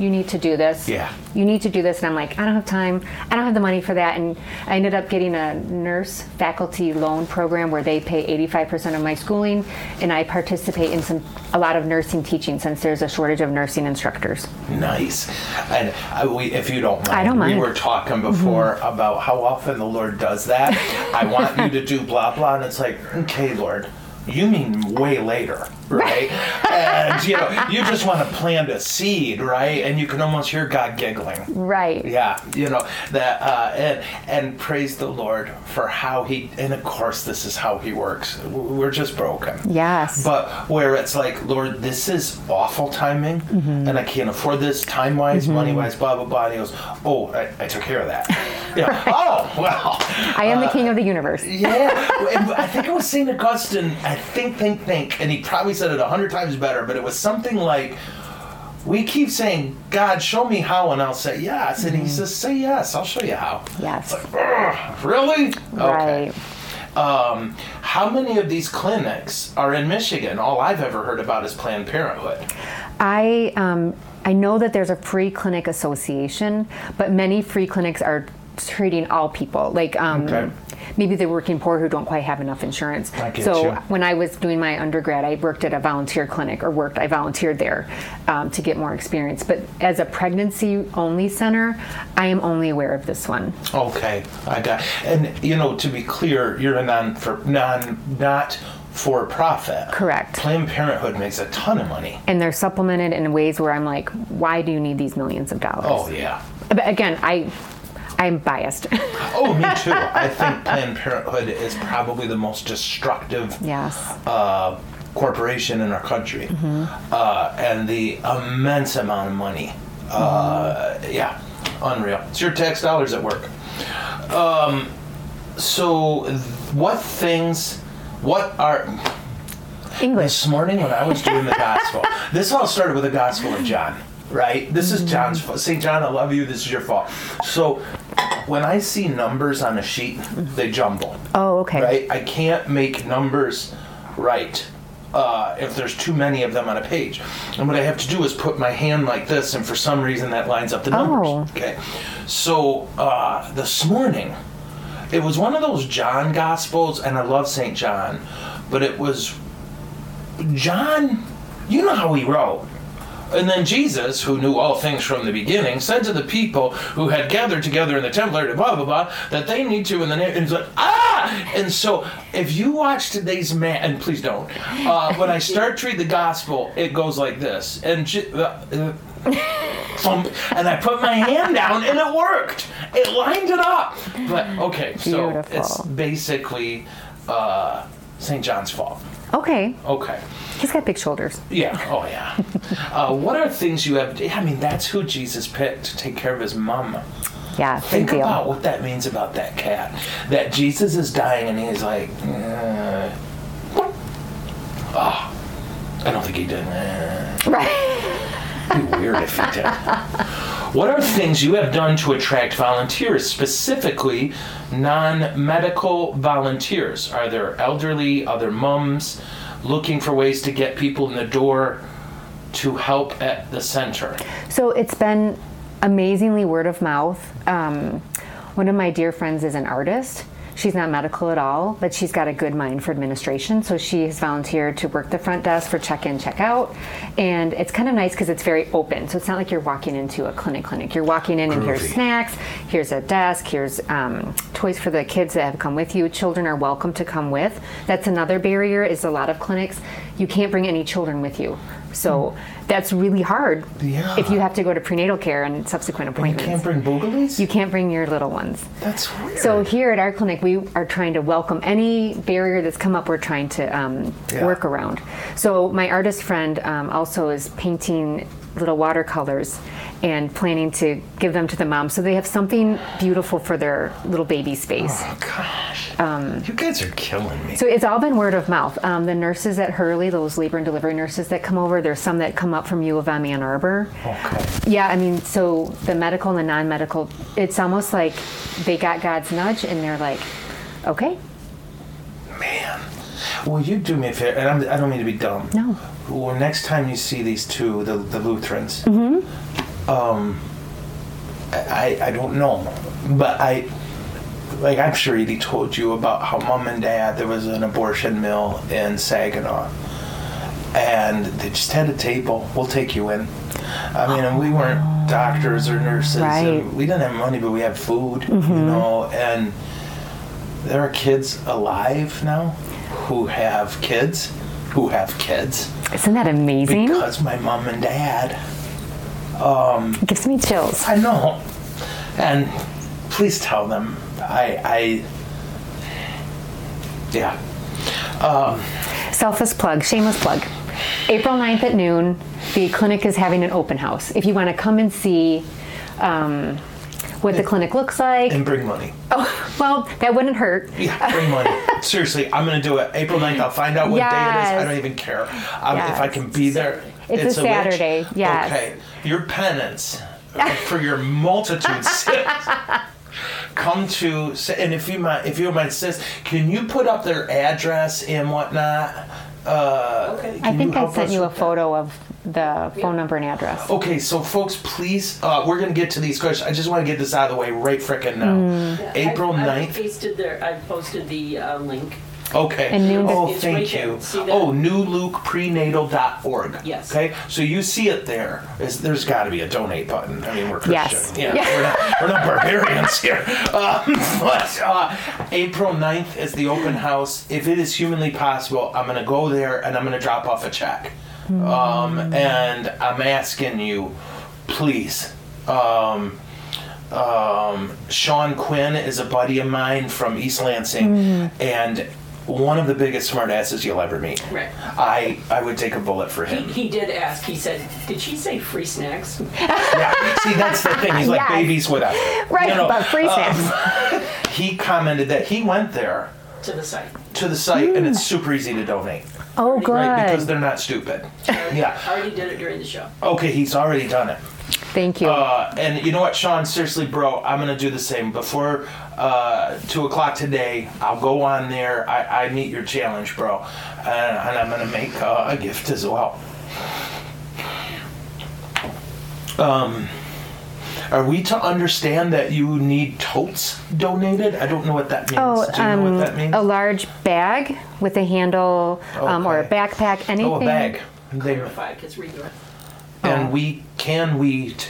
Speaker 2: "You need to do this."
Speaker 1: Yeah.
Speaker 2: you need to do this and i'm like i don't have time i don't have the money for that and i ended up getting a nurse faculty loan program where they pay 85% of my schooling and i participate in some a lot of nursing teaching since there's a shortage of nursing instructors
Speaker 1: Nice. And I, we, if you don't mind,
Speaker 2: I don't
Speaker 1: we
Speaker 2: mind. Mm-hmm.
Speaker 1: were talking before about how often the Lord does that. I want you to do blah blah, and it's like, okay, Lord, you mean way later, right? and you know, you just want to plant a seed, right? And you can almost hear God giggling.
Speaker 2: right
Speaker 1: Yeah, you know that, uh, and and praise the Lord for how He. And of course, this is how He works. W- We're just broken.
Speaker 2: Yes.
Speaker 1: But where it's like, Lord, this is awful timing, and I can't afford this time wise, money wise, blah blah blah. And He goes, Oh, I, I took care of that. You know, Oh well.
Speaker 2: i am the
Speaker 1: uh,
Speaker 2: king of the universe
Speaker 1: Yeah, and I think it was St. Augustine. I think, think, think, and he probably said it a hundred times better, but it was something like, "We keep saying, God, show me how, and I'll say yes," and he says, "Say yes, I'll show you how."
Speaker 2: yes
Speaker 1: Ugh, really?
Speaker 2: right
Speaker 1: Um, how many of these clinics are in Michigan? All I've ever heard about is Planned Parenthood.
Speaker 2: I um, I know that there's a free clinic association, but many free clinics are treating all people. Like um,
Speaker 1: Okay.
Speaker 2: maybe they're working poor who don't quite have enough insurance.
Speaker 1: I get
Speaker 2: so
Speaker 1: you.
Speaker 2: when I was doing my undergrad, I worked at a volunteer clinic or worked. I volunteered there um, to get more experience. But as a pregnancy only center, I am only aware of this one.
Speaker 1: Okay, I got. And you know, to be clear, you're a non for non not for profit.
Speaker 2: Correct.
Speaker 1: Planned Parenthood makes a ton of money.
Speaker 2: And they're supplemented in ways where I'm like, why do you need these millions of dollars?
Speaker 1: Oh yeah.
Speaker 2: But again, I I'm biased.
Speaker 1: Oh, me too. I think Planned Parenthood is probably the most destructive
Speaker 2: yes.
Speaker 1: uh, corporation in our country,
Speaker 2: Mm-hmm.
Speaker 1: uh, and the immense amount of money. Uh,
Speaker 2: Mm-hmm.
Speaker 1: yeah, unreal. It's your tax dollars at work. Um, so, th- what things? What are
Speaker 2: English.
Speaker 1: this morning when I was doing the gospel. This all started with the gospel of John, right? This is John's fault. St. John, I love you. This is your fault. So when I see numbers on a sheet, they jumble,
Speaker 2: Oh, okay.
Speaker 1: right? I can't make numbers right. Uh, if there's too many of them on a page, and what I have to do is put my hand like this, and for some reason that lines up the numbers.
Speaker 2: Oh.
Speaker 1: Okay, so uh, this morning it was one of those John Gospels, and I love St. John, but it was John, you know how he wrote. And then Jesus, who knew all things from the beginning, said to the people who had gathered together in the temple, area, blah blah blah, that they need to in the name. And it's like ah. And so, if you watch today's man, and please don't, uh, when I start to read the gospel, it goes like this, and. Je- uh, uh, thump, and I put my hand down, and it worked. It lined it up. But okay, so it's
Speaker 2: Beautiful.
Speaker 1: basically uh, St. John's fault.
Speaker 2: Okay.
Speaker 1: Okay.
Speaker 2: He's got big shoulders.
Speaker 1: Yeah. Oh, yeah. uh, what are things you have? I mean, that's who Jesus picked to take care of his mama.
Speaker 2: Yeah, big
Speaker 1: Think
Speaker 2: deal.
Speaker 1: about what that means about that cat. That Jesus is dying, and he's like, uh, "Ah, I don't think he did. Uh,
Speaker 2: Right.
Speaker 1: it'd be weird if he did." What are things you have done to attract volunteers, specifically non-medical volunteers? Are there elderly, other mums looking for ways to get people in the door to help at the center?
Speaker 2: So it's been amazingly word of mouth. Um, one of my dear friends is an artist. She's not medical at all, but she's got a good mind for administration. So she has volunteered to work the front desk for check in, check out. And it's kind of nice because it's very open. So it's not like you're walking into a clinic clinic. You're walking in and here's
Speaker 1: Groovy.
Speaker 2: snacks, here's a desk, here's um, toys for the kids that have come with you. Children are welcome to come with. That's another barrier is a lot of clinics, you can't bring any children with you. So that's really hard
Speaker 1: Yeah.
Speaker 2: if you have to go to prenatal care and subsequent
Speaker 1: You can't
Speaker 2: appointments.
Speaker 1: bring boogalies?
Speaker 2: You can't bring your little ones.
Speaker 1: That's weird.
Speaker 2: So here at our clinic, we are trying to welcome any barrier that's come up. We're trying to um,
Speaker 1: Yeah.
Speaker 2: work around. So my artist friend um, also is painting little watercolors and planning to give them to the mom, so they have something beautiful for their little baby space.
Speaker 1: Oh, gosh. you guys are killing me.
Speaker 2: So it's all been word of mouth. Um, the nurses at Hurley, those labor and delivery nurses that come over, there's some that come up from U of M Ann Arbor.
Speaker 1: Okay.
Speaker 2: Yeah, I mean, so the medical and the non medical, it's almost like they got God's nudge and they're like, okay,
Speaker 1: Man. Will you do me a favor? And I'm, I don't mean to be dumb.
Speaker 2: No.
Speaker 1: Well, next time you see these two, the, the Lutherans, um, I, I don't know. But I, like, I'm sure Edie told you about how mom and dad, there was an abortion mill in Saginaw. And they just had a table. We'll take you in. I mean, and we weren't doctors or nurses.
Speaker 2: Right.
Speaker 1: And we didn't have money, but we had food, you know. And there are kids alive now who have kids who have kids
Speaker 2: isn't that amazing?
Speaker 1: because my mom and dad
Speaker 2: It gives me chills.
Speaker 1: i know and please tell them i i yeah
Speaker 2: Selfless plug, shameless plug. April 9th at noon, the clinic is having an open house. If you want to come and see um, what the clinic looks like,
Speaker 1: and bring money
Speaker 2: oh, well, that wouldn't hurt.
Speaker 1: yeah bring money seriously i'm gonna do it april 9th i'll find out what day it is i
Speaker 2: Yes.
Speaker 1: don't even care um, if i
Speaker 2: Yes.
Speaker 1: can be there
Speaker 2: It's a
Speaker 1: witch?
Speaker 2: Saturday, yes.
Speaker 1: okay your penance for your multitude sins come to and if you mind if you don't mind sis can you put up their address and whatnot uh
Speaker 3: Okay.
Speaker 2: I
Speaker 1: can
Speaker 2: think
Speaker 1: you
Speaker 2: I
Speaker 1: help
Speaker 2: sent
Speaker 1: us
Speaker 2: you a
Speaker 1: with that?
Speaker 2: photo of the phone number and address.
Speaker 1: Okay, so folks, please, uh, we're gonna get to these questions. I just want to get this out of the way right frickin' now.
Speaker 2: Mm.
Speaker 1: April
Speaker 3: I,
Speaker 1: 9th.
Speaker 3: I pasted there. I posted the uh, link.
Speaker 1: Okay.
Speaker 2: And new-
Speaker 1: oh,
Speaker 3: It's
Speaker 1: thank
Speaker 3: right there.
Speaker 1: you.
Speaker 3: See that?
Speaker 1: Oh, newlukeprenatal.org.
Speaker 3: Yes.
Speaker 1: Okay, so you see it there. Is- there's got to be a donate button. I mean, we're Christian.
Speaker 2: Yes.
Speaker 1: Yeah,
Speaker 2: Yeah.
Speaker 1: We're, not, we're not barbarians here. Um, but uh, April 9th is the open house. If it is humanly possible, I'm going to go there and I'm going to drop off a check.
Speaker 2: Mm.
Speaker 1: Um, and I'm asking you, please. Um, um, Sean Quinn is a buddy of mine from East Lansing,
Speaker 2: Mm-hmm.
Speaker 1: and one of the biggest smartasses you'll ever meet.
Speaker 3: Right.
Speaker 1: I I would take a bullet for
Speaker 3: He,
Speaker 1: him.
Speaker 3: he did ask. He said, "Did she say free snacks?"
Speaker 1: yeah. See, that's the thing. He's like
Speaker 2: Yes.
Speaker 1: babies with us.
Speaker 2: Right,
Speaker 1: You know, uh,
Speaker 2: but free snacks.
Speaker 1: he commented that he went there
Speaker 3: to the site.
Speaker 1: to the site, and it's super easy to donate,
Speaker 2: oh, Mm. good.
Speaker 1: right? Because they're not stupid. yeah.
Speaker 3: I already did it during the show.
Speaker 1: Okay, he's already done it.
Speaker 2: Thank you.
Speaker 1: Uh, and you know what, Sean? Seriously, bro, I'm gonna do the same. Before uh, two o'clock today, I'll go on there. I, I meet your challenge, bro, and, and I'm gonna make uh, a gift as well. Um, are we to understand that you need totes donated? I don't know what that means.
Speaker 2: Oh,
Speaker 1: do you know
Speaker 2: um,
Speaker 1: what that means?
Speaker 2: a large bag with a handle um, or a
Speaker 1: Okay.
Speaker 2: backpack, anything.
Speaker 1: oh, a bag. They,
Speaker 3: Clarify, because read the
Speaker 1: Yeah, Can
Speaker 2: that.
Speaker 1: we can we t-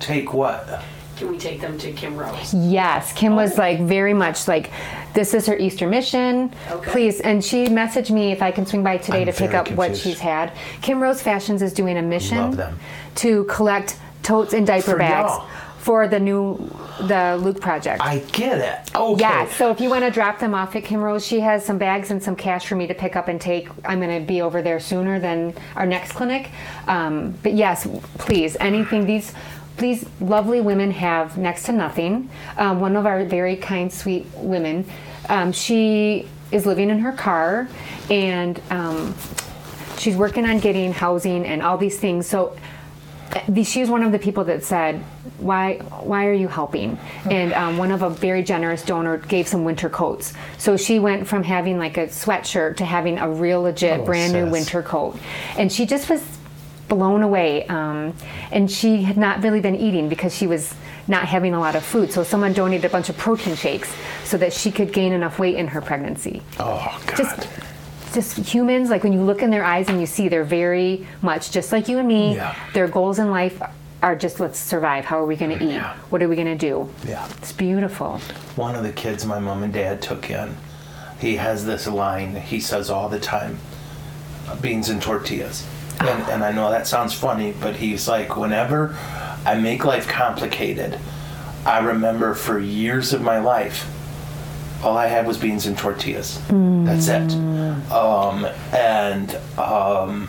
Speaker 1: take what?
Speaker 3: Can we take them to Kim Rose?
Speaker 2: Yes, Kim
Speaker 1: Oh.
Speaker 2: was like very much like, this is her Easter mission.
Speaker 3: Okay.
Speaker 2: Please, and she messaged me if I can swing by today
Speaker 1: I'm
Speaker 2: to pick
Speaker 1: very
Speaker 2: up what
Speaker 1: confused.
Speaker 2: she's had. Kim Rose Fashions is doing a mission
Speaker 1: Love them.
Speaker 2: to collect totes and diaper
Speaker 1: For
Speaker 2: bags
Speaker 1: y'all.
Speaker 2: for the new the Luke project.
Speaker 1: I get it. Okay.
Speaker 2: yeah, so if you want to drop them off at Kim Rose, she has some bags and some cash for me to pick up and take. I'm going to be over there sooner than our next clinic. Um, but yes, please, anything. These these lovely women have next to nothing. Um, one of our very kind, sweet women, um, she is living in her car and um, she's working on getting housing and all these things. So the- she was one of the people that said, "Why, why are you helping?" And um, one of a very generous donor gave some winter coats. So she went from having like a sweatshirt to having a real legit,
Speaker 1: Oh,
Speaker 2: brand new
Speaker 1: sis.
Speaker 2: winter coat, and she just was blown away. Um, and she had not really been eating because she was not having a lot of food. So someone donated a bunch of protein shakes so that she could gain enough weight in her pregnancy
Speaker 1: oh God.
Speaker 2: just just humans like when you look in their eyes and you see they're very much just like you and me
Speaker 1: Yeah.
Speaker 2: their goals in life are just let's survive how are we going to eat
Speaker 1: Yeah.
Speaker 2: what are we going to do
Speaker 1: yeah.
Speaker 2: it's beautiful
Speaker 1: one of the kids my mom and dad took in, he has this line he says all the time beans and tortillas. And, and I know that sounds funny, but he's like, whenever I make life complicated, I remember for years of my life, all I had was beans and tortillas. That's it. Um, and, um,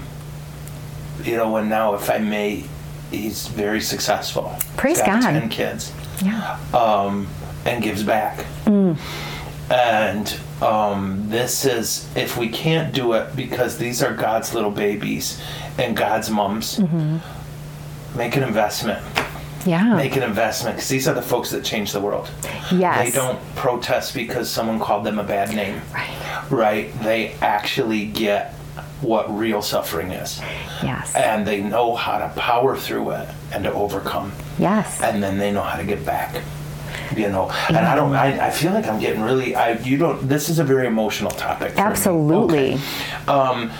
Speaker 1: you know, and now if I may, he's very successful.
Speaker 2: Praise
Speaker 1: He's got
Speaker 2: God.
Speaker 1: 10 kids
Speaker 2: yeah Mm.
Speaker 1: um, and gives back. And um, this is if we can't do it because these are God's little babies and God's moms.
Speaker 2: Mm-hmm.
Speaker 1: Make an investment.
Speaker 2: yeah
Speaker 1: Make an investment because these are the folks that change the world.
Speaker 2: Yes.
Speaker 1: They don't protest because someone called them a bad name.
Speaker 2: right
Speaker 1: Right? They actually get what real suffering is.
Speaker 2: yes
Speaker 1: And they know how to power through it and to overcome
Speaker 2: yes
Speaker 1: and then they know how to get back you know and i don't I, I feel like i'm getting really i you don't this is a very emotional topic for me.
Speaker 2: Absolutely.
Speaker 1: Okay. um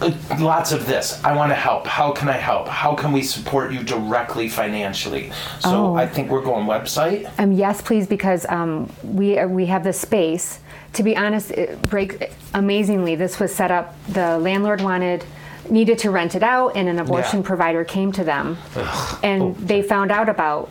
Speaker 1: uh, lots of this i want to help how can i help how can we support you directly financially so
Speaker 2: Oh.
Speaker 1: i think we're going website
Speaker 2: Um, yes, please, because um, we uh, we have the space. To be honest, it break amazingly. This was set up. The landlord wanted needed to rent it out, and an abortion
Speaker 1: Yeah. Oh,
Speaker 2: provider came to them, and they found out about.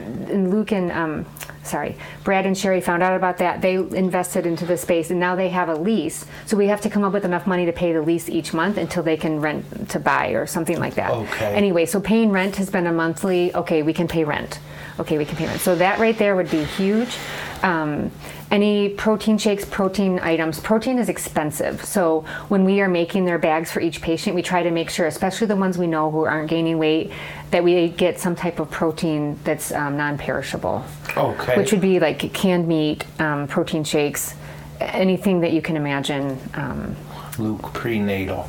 Speaker 2: And Luke and um, sorry, Brad and Sherry found out about that. They invested into the space, and now they have a lease. So we have to come up with enough money to pay the lease each month until they can rent to buy or something like that.
Speaker 1: Okay.
Speaker 2: Anyway anyway, so paying rent has been a monthly, okay, we can pay rent. Okay, we can pay rent. So that right there would be huge. Um, any protein shakes, protein items. Protein is expensive. So when we are making their bags for each patient, we try to make sure, especially the ones we know who aren't gaining weight, that we get some type of protein that's um, non perishable.
Speaker 1: Okay.
Speaker 2: Which would be like canned meat, um, protein shakes, anything that you can imagine. Um,
Speaker 1: luke prenatal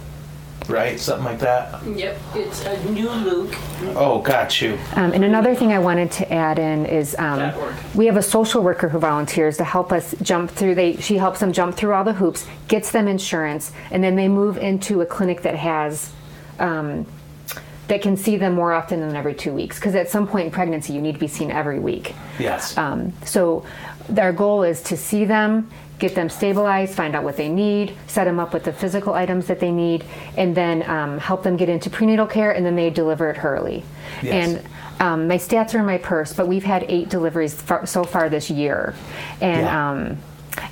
Speaker 1: right something like that
Speaker 2: Mm-hmm.
Speaker 3: Yep, it's a new Luke.
Speaker 1: oh got you
Speaker 2: Um, and another thing I wanted to add in is um,
Speaker 3: That work.
Speaker 2: we have a social worker who volunteers to help us jump through. They she helps them jump through all the hoops, gets them insurance, and then they move into a clinic that has. Um, that can see them more often than every two weeks because at some point in pregnancy you need to be seen every week
Speaker 1: yes
Speaker 2: um, so our goal is to see them, get them stabilized, find out what they need, set them up with the physical items that they need, and then um, help them get into prenatal care, and then they deliver it early.
Speaker 1: Yes.
Speaker 2: And um, my stats are in my purse, but we've had eight deliveries far, so far this year, and.
Speaker 1: Yeah.
Speaker 2: Um,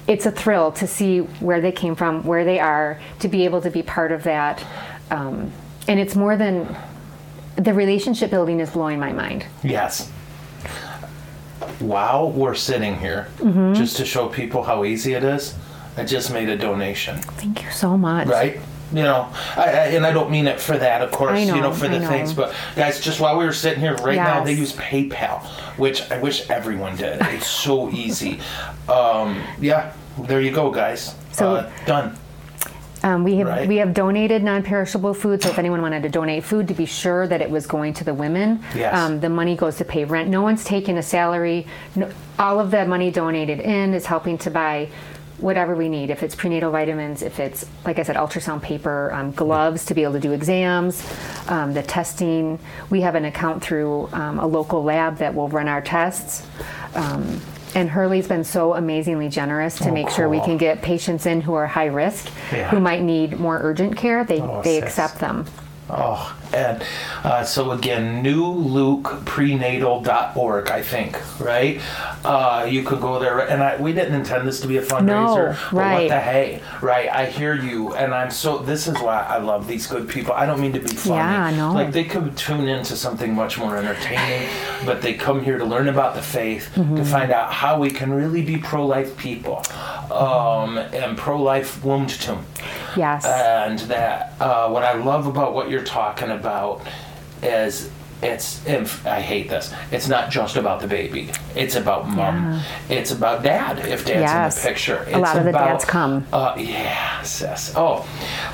Speaker 2: it's a thrill to see where they came from, where they are, to be able to be part of that. Um, and it's more than the relationship building is blowing my mind.
Speaker 1: Yes. While we're sitting here,
Speaker 2: Mm-hmm.
Speaker 1: just to show people how easy it is, I just made a donation,
Speaker 2: Thank you so much.
Speaker 1: right? You know, I, I, and I don't mean it for that, of course,
Speaker 2: I
Speaker 1: you
Speaker 2: know,
Speaker 1: know, for
Speaker 2: I
Speaker 1: the
Speaker 2: know.
Speaker 1: things, but guys, just while we were sitting here right now, they
Speaker 2: Yes.
Speaker 1: use PayPal, which I wish everyone did. It's so easy. Um, yeah, there you go, guys.
Speaker 2: So-
Speaker 1: uh, done.
Speaker 2: Um, we have
Speaker 1: Right.
Speaker 2: we have donated non-perishable food, so if anyone wanted to donate food, to be sure that it was going to the women.
Speaker 1: Yes.
Speaker 2: Um, the money goes to pay rent. No one's taking a salary. No, all of the money donated in is helping to buy whatever we need. If it's prenatal vitamins, if it's like I said, ultrasound paper, um, gloves to be able to do exams, um, the testing. We have an account through um, a local lab that will run our tests. Um, and Hurley's been so amazingly generous to
Speaker 1: Oh,
Speaker 2: make sure we
Speaker 1: cool.
Speaker 2: can get patients in who are high risk,
Speaker 1: Yeah.
Speaker 2: who might need more urgent care. They,
Speaker 1: Oh,
Speaker 2: they
Speaker 1: six.
Speaker 2: accept them.
Speaker 1: Oh, and uh, so again, newlukeprenatal.org, I think, right? Uh, you could go there, and I, we didn't intend this to be a fundraiser, but what
Speaker 2: right.
Speaker 1: the hey, right? I hear you, and I'm so. This is why I love these good people. I don't mean to be funny.
Speaker 2: Yeah, no.
Speaker 1: Like they could tune into something much more entertaining, but they come here to learn about the faith,
Speaker 2: Mm-hmm.
Speaker 1: to find out how we can really be pro-life people, um, and pro-life womb tomb.
Speaker 2: Yes.
Speaker 1: And that uh, what I love about what you're talking about is it's and I hate this. It's not just about the baby. It's about mom. It's about dad if dad's
Speaker 2: Yes.
Speaker 1: in the picture.
Speaker 2: A lot
Speaker 1: It's
Speaker 2: of the
Speaker 1: about-
Speaker 2: dads come.
Speaker 1: Uh, yes, yes. Oh,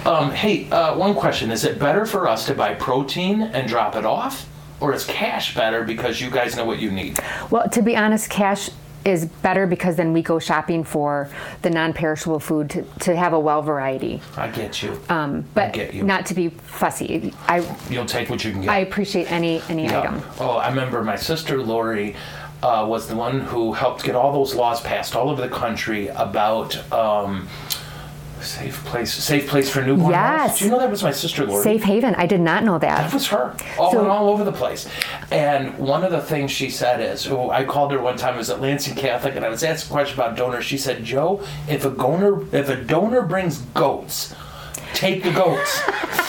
Speaker 1: um, hey. Uh, one question: Is it better for us to buy protein and drop it off, or is cash better because you guys know what you need?
Speaker 2: Well, to be honest, cash is better because then we go shopping for the non-perishable food to, to have a well variety.
Speaker 1: I get you.
Speaker 2: Um, but
Speaker 1: get you.
Speaker 2: not to be fussy. I
Speaker 1: You'll take what you can get.
Speaker 2: I appreciate any any
Speaker 1: Yeah.
Speaker 2: item.
Speaker 1: Oh, I remember my sister Lori uh, was the one who helped get all those laws passed all over the country about um, safe place, safe place for newborn.
Speaker 2: Yes.
Speaker 1: Do you know that was my sister Lori?
Speaker 2: Safe Haven. I did not know
Speaker 1: That
Speaker 2: that.
Speaker 1: was her. All
Speaker 2: So-
Speaker 1: went all over the place. And one of the things she said is, oh, I called her one time. I was at Lansing Catholic, and I was asked a question about donors. She said, Joe, if a donor if a donor brings goats. Take the goats.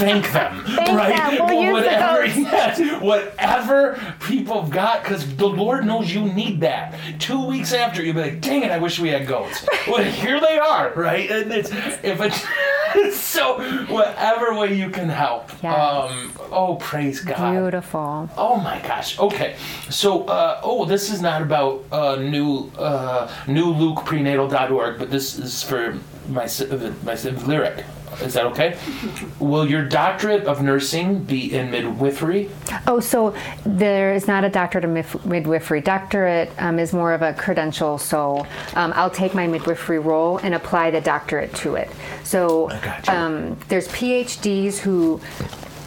Speaker 1: Thank them.
Speaker 2: Thank
Speaker 1: right?
Speaker 2: them. We'll use the
Speaker 1: whatever,
Speaker 2: goats.
Speaker 1: yes, whatever people have got, because the Lord knows you need that. Two weeks after, you'll be like, dang it, I wish we had goats. well, here they are, right? And it's, if it's, so, whatever way you can help.
Speaker 2: Yes.
Speaker 1: Um, oh, praise God.
Speaker 2: Beautiful.
Speaker 1: Oh my gosh. Okay. So, uh, oh, this is not about uh, new uh, newlukeprenatal.org, but this is for my si- uh, my si- lyric. Is that okay? Will your doctorate of nursing be in midwifery?
Speaker 2: Oh, so there is not a doctorate of mif- midwifery. Doctorate um, is more of a credential. So um, I'll take my midwifery role and apply the doctorate to it. So
Speaker 1: gotcha.
Speaker 2: um, there's PhDs who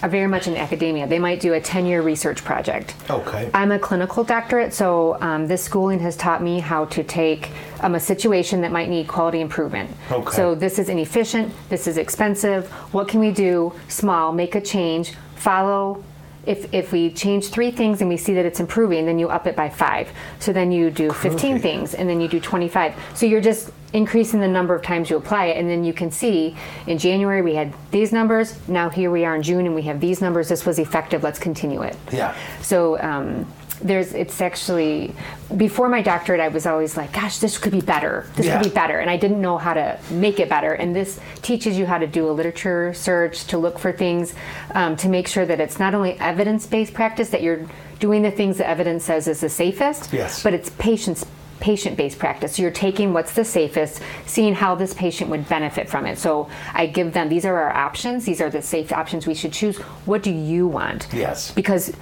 Speaker 2: are very much in academia. They might do a 10-year research project.
Speaker 1: Okay.
Speaker 2: I'm a clinical doctorate, so um, this schooling has taught me how to take um, a situation that might need quality improvement.
Speaker 1: Okay.
Speaker 2: So this is inefficient, this is expensive, what can we do? Small, make a change, follow. If, if we change three things and we see that it's improving, then you up it by five. So then you do 15
Speaker 1: Groovy.
Speaker 2: things and then you do 25. So you're just increasing the number of times you apply it. And then you can see in January we had these numbers, now here we are in June and we have these numbers. This was effective, let's continue it.
Speaker 1: Yeah.
Speaker 2: So um, there's it's actually before my doctorate, I was always like, "Gosh, this could be better. This
Speaker 1: Yeah.
Speaker 2: could be better," and I didn't know how to make it better. And this teaches you how to do a literature search, to look for things, um, to make sure that it's not only evidence-based practice that you're doing the things that evidence says is the safest,
Speaker 1: Yes.
Speaker 2: but it's patients patient-based practice. So you're taking what's the safest, seeing how this patient would benefit from it. So I give them these are our options, these are the safe options we should choose. What do you want?
Speaker 1: Yes.
Speaker 2: Because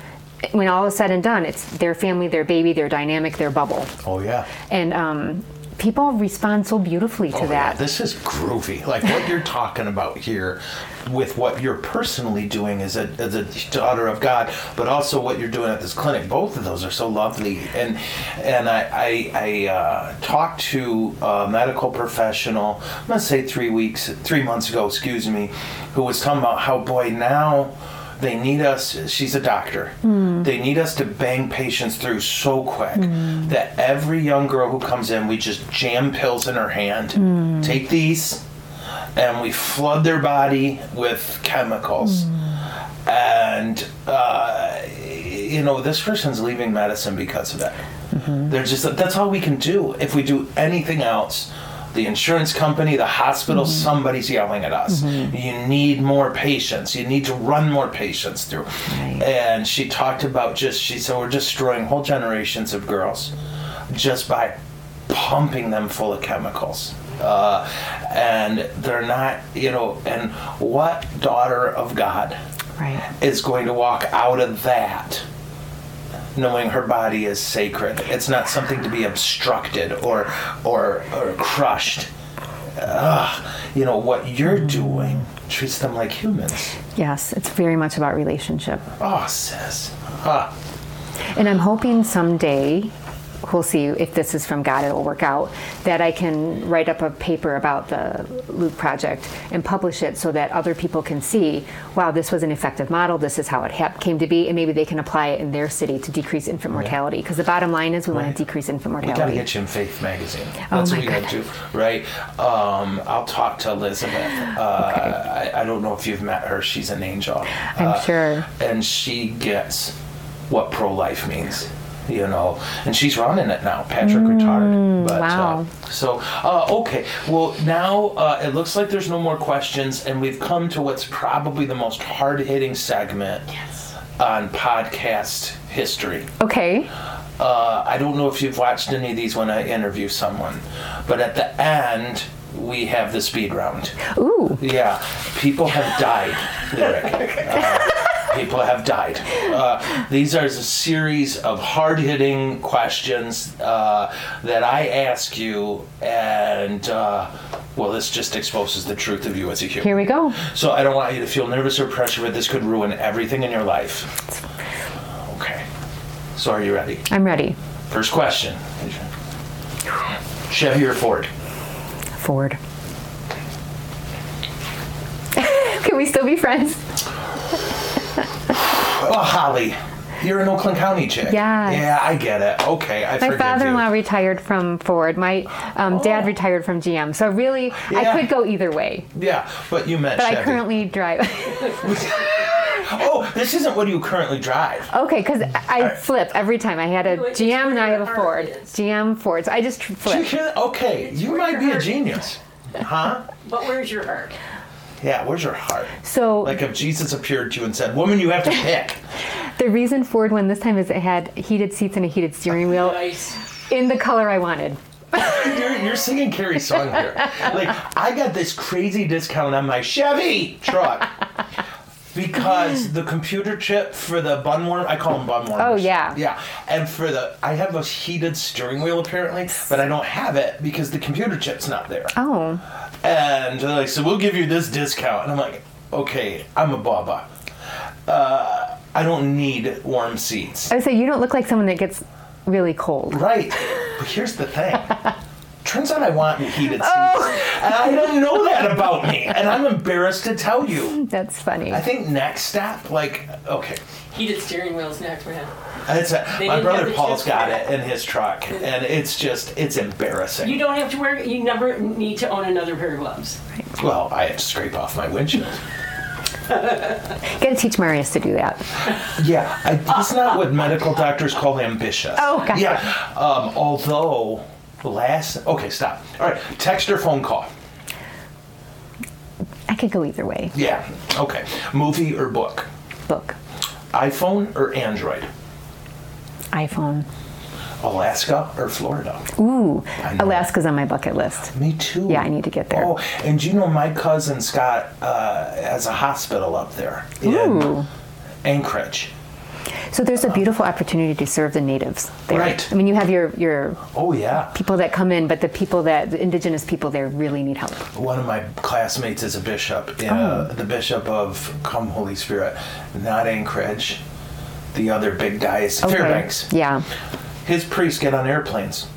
Speaker 2: when all is said and done, it's their family, their baby, their dynamic, their bubble.
Speaker 1: Oh yeah.
Speaker 2: And um, people respond so beautifully to
Speaker 1: Oh, yeah,
Speaker 2: that.
Speaker 1: This is groovy. Like what you're talking about here with what you're personally doing as a, as a daughter of God, but also what you're doing at this clinic. Both of those are so lovely. And and I, I, I uh, talked to a medical professional, I'm going to say three weeks, three months ago, excuse me, who was talking about how, boy, now they need us she's a doctor they need us to bang patients through so quick that every young girl who comes in we just jam pills in her hand take these and we flood their body with chemicals and uh, you know this person's leaving medicine because of that they're just that's all we can do if we do anything else the insurance company the hospital somebody's yelling at us you need more patients you need to run more patients through
Speaker 2: Right.
Speaker 1: and she talked about just she said we're destroying whole generations of girls just by pumping them full of chemicals uh, and they're not you know and what daughter of god
Speaker 2: Right.
Speaker 1: is going to walk out of that knowing her body is sacred. It's not something to be obstructed or or, or crushed. Ugh, you know what you're doing treats them like humans.
Speaker 2: Yes, it's very much about relationship.
Speaker 1: Oh, sis. Ah,
Speaker 2: And I'm hoping someday, we'll see if this is from God, it'll work out, that I can write up a paper about the Luke Project and publish it so that other people can see, wow, this was an effective model, this is how it hap- came to be, and maybe they can apply it in their city to decrease infant mortality. Because the bottom line is we want
Speaker 1: Right.
Speaker 2: to decrease infant
Speaker 1: we gotta
Speaker 2: mortality.
Speaker 1: get you in Faith magazine.
Speaker 2: Oh
Speaker 1: That's
Speaker 2: my
Speaker 1: what we gotta do, right? Um, I'll talk to Elizabeth. Uh, I, I don't know if you've met her. She's an angel.
Speaker 2: I'm
Speaker 1: Uh,
Speaker 2: sure.
Speaker 1: and she gets what pro life means. You know, and she's running it now, Patrick Retard. But,
Speaker 2: Mm, wow.
Speaker 1: Uh, so, uh, okay. Well, now uh, it looks like there's no more questions, and we've come to what's probably the most hard hitting segment
Speaker 3: Yes.
Speaker 1: on podcast history.
Speaker 2: Okay.
Speaker 1: Uh, I don't know if you've watched any of these when I interview someone, but at the end, we have the speed round.
Speaker 2: Ooh.
Speaker 1: Yeah, people have died, Lyric. Uh, people have died. Uh, these are a series of hard hitting questions uh, that I ask you, and uh, well, this just exposes the truth of you as a human.
Speaker 2: Here we go.
Speaker 1: So I don't want you to feel nervous or pressure, but this could ruin everything in your life. Okay. So are you ready?
Speaker 2: I'm ready.
Speaker 1: First question Chevy or Ford?
Speaker 2: Forward. can we still be friends?
Speaker 1: Oh, Holly, you're an Oakland County chick.
Speaker 2: Yes.
Speaker 1: Yeah, I get it. Okay, I
Speaker 2: My
Speaker 1: forgive
Speaker 2: father-in-law
Speaker 1: you.
Speaker 2: retired from Ford. My um, dad retired from GM. So really,
Speaker 1: Oh. Yeah.
Speaker 2: I could go either way.
Speaker 1: Yeah, but you meant
Speaker 2: But
Speaker 1: Chevy.
Speaker 2: I currently drive.
Speaker 1: oh, this isn't what you currently drive.
Speaker 2: okay, because I flip every time. I had a
Speaker 3: You like to
Speaker 2: GM and I
Speaker 3: where
Speaker 2: have a
Speaker 3: your
Speaker 2: Ford.
Speaker 3: heart is.
Speaker 2: GM Ford. So I just tr-
Speaker 1: Did you
Speaker 2: flip.
Speaker 1: hear that? Okay, you
Speaker 3: where
Speaker 1: might
Speaker 3: your
Speaker 1: be a
Speaker 3: heart is.
Speaker 1: genius. Huh?
Speaker 3: But where's your heart?
Speaker 1: Yeah, where's your heart?
Speaker 2: So
Speaker 1: Like if Jesus appeared to you and said, Woman, you have to pick.
Speaker 2: the reason Ford won this time is it had heated seats and a heated steering wheel
Speaker 3: Nice.
Speaker 2: in the color I wanted.
Speaker 1: You're, you're singing Carrie's song here. Like, I got this crazy discount on my Chevy truck because the computer chip for the bun warm, I call them bun warmers.
Speaker 2: Oh, yeah.
Speaker 1: Yeah. And for the, I have a heated steering wheel apparently, but I don't have it because the computer chip's not there.
Speaker 2: Oh,
Speaker 1: And they're like, so we'll give you this discount. And I'm like, okay, I'm a Baba. Uh, I don't need warm seats.
Speaker 2: I would say you don't look like someone that gets really cold.
Speaker 1: Right. But here's the thing. Turns out I want heated seats. And I didn't know that about me. And I'm embarrassed to tell you.
Speaker 2: That's funny.
Speaker 1: I think next step, like, okay.
Speaker 3: Heated steering wheels next, man.
Speaker 1: It's a,
Speaker 3: They
Speaker 1: my
Speaker 3: didn't have
Speaker 1: brother
Speaker 3: the
Speaker 1: Paul's
Speaker 3: chips
Speaker 1: got
Speaker 3: for
Speaker 1: it
Speaker 3: that.
Speaker 1: in his truck. And it's just, it's embarrassing.
Speaker 3: You don't have to wear. You never need to own another pair of gloves.
Speaker 1: well, I have to scrape off my windshield.
Speaker 2: Got to teach Marius to do that.
Speaker 1: Yeah, I, that's not what medical doctors call ambitious.
Speaker 2: Oh, gotcha.
Speaker 1: Yeah. Um, although, last, okay, stop. All right, text or phone call.
Speaker 2: I could go either way.
Speaker 1: Yeah, okay. Movie or book?
Speaker 2: Book,
Speaker 1: iPhone or Android?
Speaker 2: iPhone.
Speaker 1: Alaska or Florida? know.
Speaker 2: Ooh, Alaska's on my bucket list.
Speaker 1: Me too.
Speaker 2: Yeah, I need to get there.
Speaker 1: Oh, and you know my cousin Scott uh, has a hospital up there in
Speaker 2: Ooh.
Speaker 1: Anchorage.
Speaker 2: So there's a beautiful opportunity to serve the natives there.
Speaker 1: Right.
Speaker 2: I mean, you have your your
Speaker 1: Oh yeah,
Speaker 2: people that come in, but the people that the indigenous people there really need help.
Speaker 1: one of my classmates is a bishop,
Speaker 2: Oh.
Speaker 1: uh, the bishop of Come Holy Spirit, not Anchorage. The other big guy is
Speaker 2: Okay.
Speaker 1: Fairbanks.
Speaker 2: Yeah.
Speaker 1: His priests get on airplanes,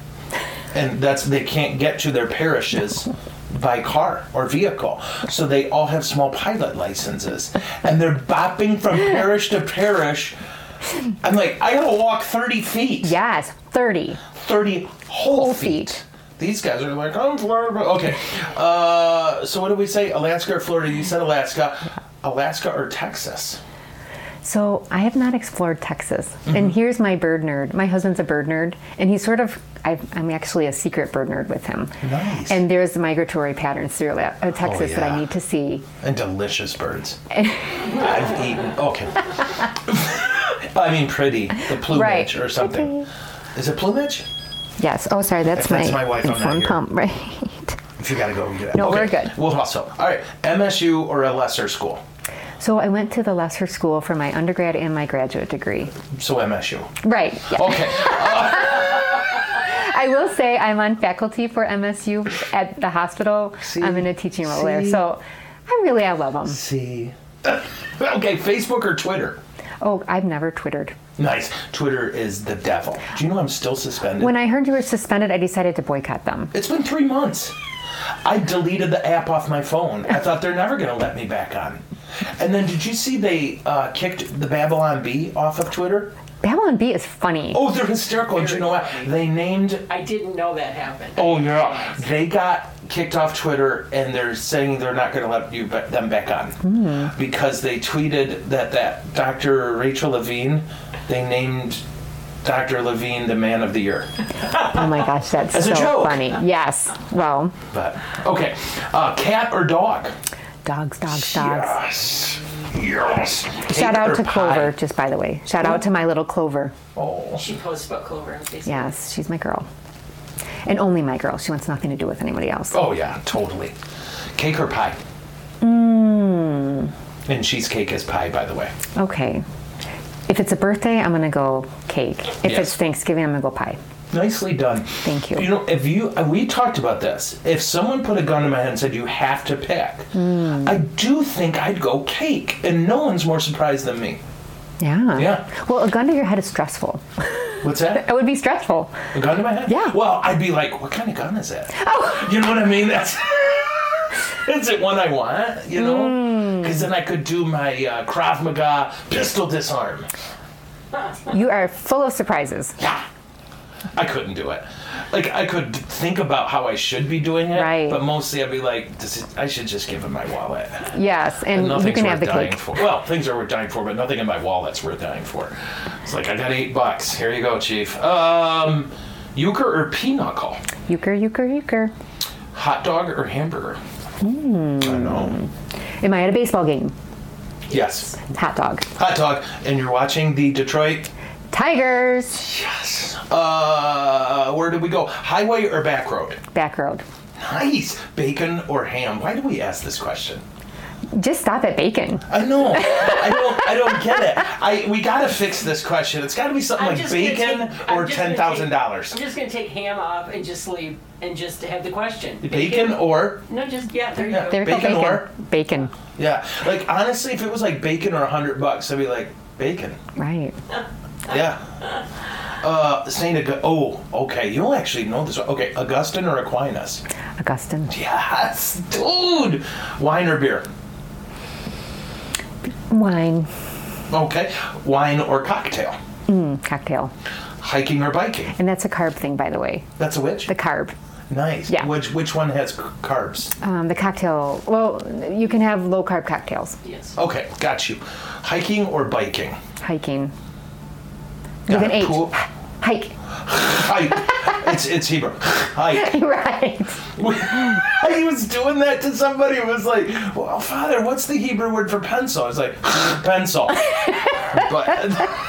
Speaker 1: and that's they can't get to their parishes. By car or vehicle, so they all have small pilot licenses, and they're bopping from parish to parish. I'm like, I gotta walk 30 feet.
Speaker 2: Yes. Thirty.
Speaker 1: 30 whole,
Speaker 2: Whole
Speaker 1: feet.
Speaker 2: feet.
Speaker 1: These guys are like, I'm Florida. Okay. Uh, so what did we say? Alaska or Florida? You said Alaska. Alaska or Texas?
Speaker 2: So I have not explored Texas,
Speaker 1: Mm-hmm.
Speaker 2: and here's my bird nerd. My husband's a bird nerd, and he's sort of. i I'm actually a secret bird nerd with him.
Speaker 1: Nice. Oh,
Speaker 2: And there's migratory patterns through Ala- uh, Texas that
Speaker 1: yeah.
Speaker 2: I need to see.
Speaker 1: And delicious birds. I've eaten. Okay. I mean, pretty. The plumage
Speaker 2: Right.
Speaker 1: or something. Is it plumage?
Speaker 2: Yes. Oh, sorry. That's,
Speaker 1: If that's
Speaker 2: my,
Speaker 1: my wife, I'm not
Speaker 2: informed
Speaker 1: here.
Speaker 2: pump. Right.
Speaker 1: If you gotta go, you gotta
Speaker 2: No,
Speaker 1: okay.
Speaker 2: we're good.
Speaker 1: We'll hustle. All right. MSU or a lesser school?
Speaker 2: So I went to the lesser school for my undergrad and my graduate degree.
Speaker 1: So MSU.
Speaker 2: Right. yeah.
Speaker 1: Okay.
Speaker 2: I will say I'm on faculty for MSU at the hospital.
Speaker 1: See?
Speaker 2: I'm in a teaching role there.
Speaker 1: See?
Speaker 2: So I really I love them.
Speaker 1: See. okay, Facebook or Twitter?
Speaker 2: Oh, I've never Twittered.
Speaker 1: Nice. Twitter is the devil. Do you know I'm still suspended?
Speaker 2: When I heard you were suspended, I decided to boycott them.
Speaker 1: it's been three months. I deleted the app off my phone. I thought they're never going to let me back on. And then did you see they uh, kicked the Babylon Bee off of Twitter?
Speaker 2: Babylon B is funny.
Speaker 1: Oh, they're hysterical. Do you know what? They named
Speaker 3: I didn't know that happened.
Speaker 1: Oh yeah, they got kicked off Twitter, and they're saying they're not going to let you ba- them back on because they tweeted that that Dr. Rachel Levine, they named Dr. Levine the Man of the Year.
Speaker 2: Oh my gosh, that's
Speaker 1: As
Speaker 2: so
Speaker 1: a joke.
Speaker 2: funny. Yes. Well,
Speaker 1: But okay, uh, cat or dog?
Speaker 2: dogs, dogs, dogs.
Speaker 1: Yes, yes. Cake
Speaker 2: Shout
Speaker 1: or
Speaker 2: out to
Speaker 1: pie?
Speaker 2: Clover, just by the way. Shout out to my little Clover.
Speaker 1: Oh,
Speaker 3: She posts about Clover on Facebook.
Speaker 2: Yes, she's my girl. And only my girl. She wants nothing to do with anybody else.
Speaker 1: oh yeah, totally. Cake or pie? Mmm.
Speaker 2: Mm.
Speaker 1: And cheesecake is pie, by the way.
Speaker 2: Okay. If it's a birthday, I'm going to go cake. If
Speaker 1: Yes.
Speaker 2: it's Thanksgiving, I'm going to go pie.
Speaker 1: Nicely done.
Speaker 2: Thank you.
Speaker 1: You know, if you uh, we talked about this, if someone put a gun to my head and said you have to pick,
Speaker 2: Mm.
Speaker 1: I do think I'd go cake, and no one's more surprised than me.
Speaker 2: Yeah.
Speaker 1: Yeah.
Speaker 2: Well, a gun to your head is stressful.
Speaker 1: What's that?
Speaker 2: It would be stressful.
Speaker 1: A gun to my head?
Speaker 2: Yeah.
Speaker 1: Well, I'd be like, what kind of gun is that? Oh. You know what I mean? That's is it one I want? You
Speaker 2: Hmm.
Speaker 1: know, because then I could do my uh, Krav Maga pistol disarm.
Speaker 2: You are full of surprises.
Speaker 1: Yeah. I couldn't do it. Like I could think about how I should be doing it,
Speaker 2: Right.
Speaker 1: but mostly I'd be like, "This is- I should just give him my wallet.
Speaker 2: Yes. And you
Speaker 1: Nothing's
Speaker 2: can
Speaker 1: worth
Speaker 2: have the
Speaker 1: dying
Speaker 2: cake.
Speaker 1: for. Well, things are worth dying for, but nothing in my wallet's worth dying for. It's like I got eight bucks. Here you go, chief. Um, euchre or pinochle?
Speaker 2: Euchre, euchre, euchre.
Speaker 1: Hot dog or hamburger?
Speaker 3: Hmm.
Speaker 1: I know.
Speaker 2: Am I at a baseball game?
Speaker 1: Yes,
Speaker 2: Hot dog.
Speaker 1: hot dog. And you're watching the Detroit.
Speaker 2: Tigers.
Speaker 1: Yes. Uh, where did we go? Highway or back road?
Speaker 2: Back road.
Speaker 1: Nice. Bacon or ham? Why do we ask this question?
Speaker 2: Just stop at bacon.
Speaker 1: I know. I don't. I don't get it. I we gotta fix this question. It's got to be something
Speaker 3: I'm
Speaker 1: like
Speaker 3: just gonna
Speaker 1: bacon
Speaker 3: take- I'm
Speaker 1: or
Speaker 3: just
Speaker 1: ten
Speaker 3: gonna
Speaker 1: thousand
Speaker 3: take-
Speaker 1: dollars.
Speaker 3: I'm just gonna take ham off and just leave and just have the question.
Speaker 1: Bacon or
Speaker 3: No, just yeah. There you
Speaker 1: Yeah.
Speaker 3: go.
Speaker 2: There we
Speaker 1: Bacon
Speaker 2: go. Bacon.
Speaker 1: or-
Speaker 2: Bacon.
Speaker 1: yeah. Like honestly, if it was like bacon or a hundred bucks, I'd be like bacon.
Speaker 2: Right.
Speaker 1: Yeah. Uh, Saint Aug- Oh, okay. You'll actually know this one. Okay, Augustine or Aquinas?
Speaker 2: Augustine.
Speaker 1: Yes, dude. Wine or beer?
Speaker 2: Wine.
Speaker 1: Okay. Wine or cocktail?
Speaker 2: Mm, Cocktail.
Speaker 1: Hiking or biking?
Speaker 2: And that's a carb thing, by the way.
Speaker 1: That's a which.
Speaker 2: The carb.
Speaker 1: nice.
Speaker 2: yeah.
Speaker 1: Which which one has c- carbs?
Speaker 2: Um, the cocktail. Well, you can have low carb cocktails.
Speaker 3: Yes.
Speaker 1: Okay, got you. Hiking or biking?
Speaker 2: Hiking.
Speaker 1: Got
Speaker 2: With an
Speaker 1: it.
Speaker 2: H.
Speaker 1: Pool-
Speaker 2: Hike.
Speaker 1: Hike. it's it's Hebrew. Hike.
Speaker 2: right.
Speaker 1: he was doing that to somebody. It was like, well, Father, what's the Hebrew word for pencil? I was like, pencil. but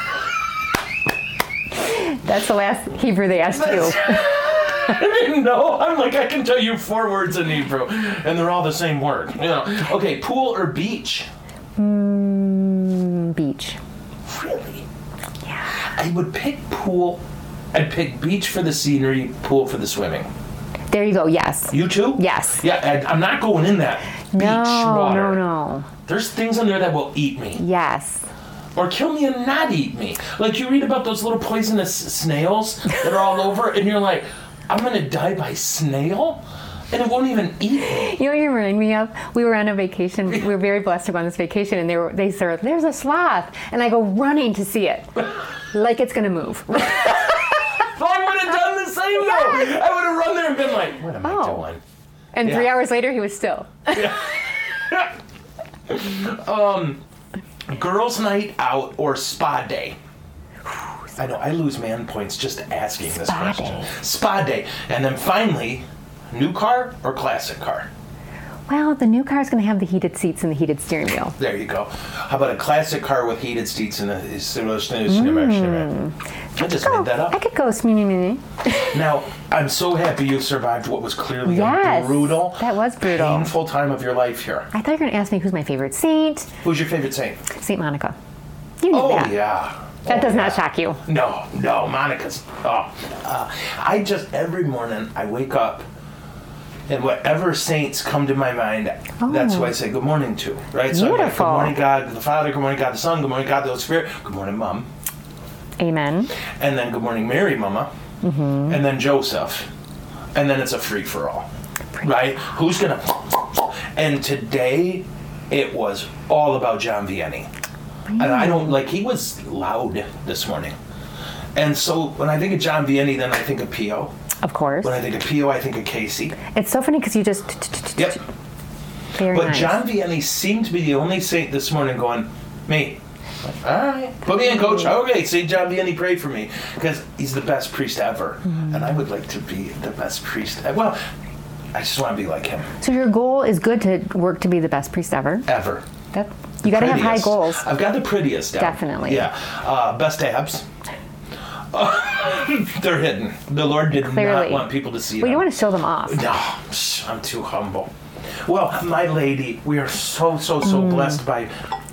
Speaker 2: That's the last Hebrew they asked you.
Speaker 1: I didn't know. I'm like, I can tell you four words in Hebrew, and they're all the same word. You know. Okay, pool or beach?
Speaker 2: Mm, beach.
Speaker 1: Really? Yeah. I would pick pool. I'd pick beach for the scenery, pool for the swimming.
Speaker 2: There you go. Yes.
Speaker 1: You too?
Speaker 2: Yes.
Speaker 1: Yeah, and I'm not going in that beach
Speaker 2: no,
Speaker 1: water.
Speaker 2: no, no.
Speaker 1: There's things in there that will eat me
Speaker 2: Yes.
Speaker 1: or kill me and not eat me. Like you read about those little poisonous snails that are all over, and you're like, I'm gonna die by snail, and it won't even eat me.
Speaker 2: You know what you remind me of? We were on a vacation. We were very blessed to go on this vacation, and they were they said, "There's a sloth," and I go running to see it, like it's gonna move.
Speaker 1: I would have done the same though. I would have run there and been like, What am
Speaker 2: Oh.
Speaker 1: I doing?
Speaker 2: And three
Speaker 1: Yeah.
Speaker 2: hours later, he was still.
Speaker 1: Girls' night out or spa day? I know I lose man points just asking this
Speaker 2: Spa
Speaker 1: question.
Speaker 2: day.
Speaker 1: Spa day, and then finally, new car or classic car?
Speaker 2: Well, the new car's gonna have the heated seats and the heated steering wheel.
Speaker 1: There you go. How about a classic car with heated seats and a similar mm. I just made that
Speaker 2: Oh, I
Speaker 1: up.
Speaker 2: could go smeeny meeny.
Speaker 1: Now, I'm so happy you survived what was clearly
Speaker 2: Yes,
Speaker 1: a brutal,
Speaker 2: that was brutal.
Speaker 1: painful time of your life here.
Speaker 2: I thought you were gonna ask me who's my favorite saint.
Speaker 1: Who's your favorite saint?
Speaker 2: Saint Monica. You knew
Speaker 1: Oh,
Speaker 2: that.
Speaker 1: yeah.
Speaker 2: That
Speaker 1: Oh,
Speaker 2: does
Speaker 1: yeah.
Speaker 2: not shock you.
Speaker 1: No, no, Monica's. Oh, uh, I just every morning I wake up and whatever saints come to my mind, that's who I say good morning to. Right? So I'm like,
Speaker 2: Beautiful.
Speaker 1: good morning, God, the Father. Good morning, God, the Son. Good morning, God, the Holy Spirit. Good morning, Mom.
Speaker 2: Amen.
Speaker 1: And then good morning, Mary, Mama. And then Joseph. And then it's a free for all. Right? Who's gonna? And today, it was all about John Vianney. And I don't like he was loud this morning. And so when I think of John Vianney, then I think of Pio.
Speaker 2: Of course.
Speaker 1: When I think of Pio, I think of Casey.
Speaker 2: It's so funny because you just.
Speaker 1: Yep.
Speaker 2: Very
Speaker 1: But
Speaker 2: nice.
Speaker 1: John Vianney seemed to be the only saint this morning going, me. Like, All right, put me in, coach. Okay, Saint John Vianney, pray for me because he's the best priest ever,
Speaker 2: Mm-hmm.
Speaker 1: and I would like to be the best priest. e- Well, I just want to be like him
Speaker 2: So your goal is good to work to be the best priest ever.
Speaker 1: ever.
Speaker 2: That you got to have high
Speaker 1: Prettiest.
Speaker 2: goals.
Speaker 1: I've got the prettiest. Down.
Speaker 2: Definitely.
Speaker 1: Yeah. Uh, best abs. They're hidden. The Lord did not
Speaker 2: Clearly.
Speaker 1: want people to see
Speaker 2: Well, you
Speaker 1: them.
Speaker 2: want to show them off.
Speaker 1: No, psh, I'm too humble. Well, my lady, we are so, so, so blessed by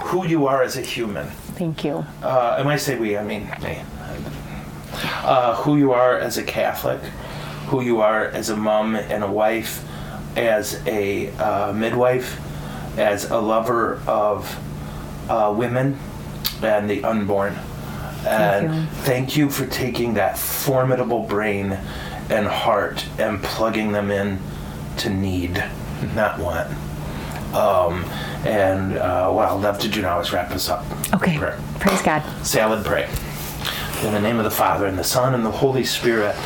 Speaker 1: who you are as a human.
Speaker 2: Thank you.
Speaker 1: Uh, and when I say we, I mean me. Uh, who you are as a Catholic, who you are as a mom and a wife, as a uh, midwife, as a lover of uh, women and the unborn. And
Speaker 2: you.
Speaker 1: thank you for taking that formidable brain and heart and plugging them in to need, not want. Um, and uh, what I'll love to do now is wrap this up.
Speaker 2: Okay.
Speaker 1: Prayer.
Speaker 2: Praise God.
Speaker 1: Salad pray. In the name of the Father, and the Son, and the Holy Spirit.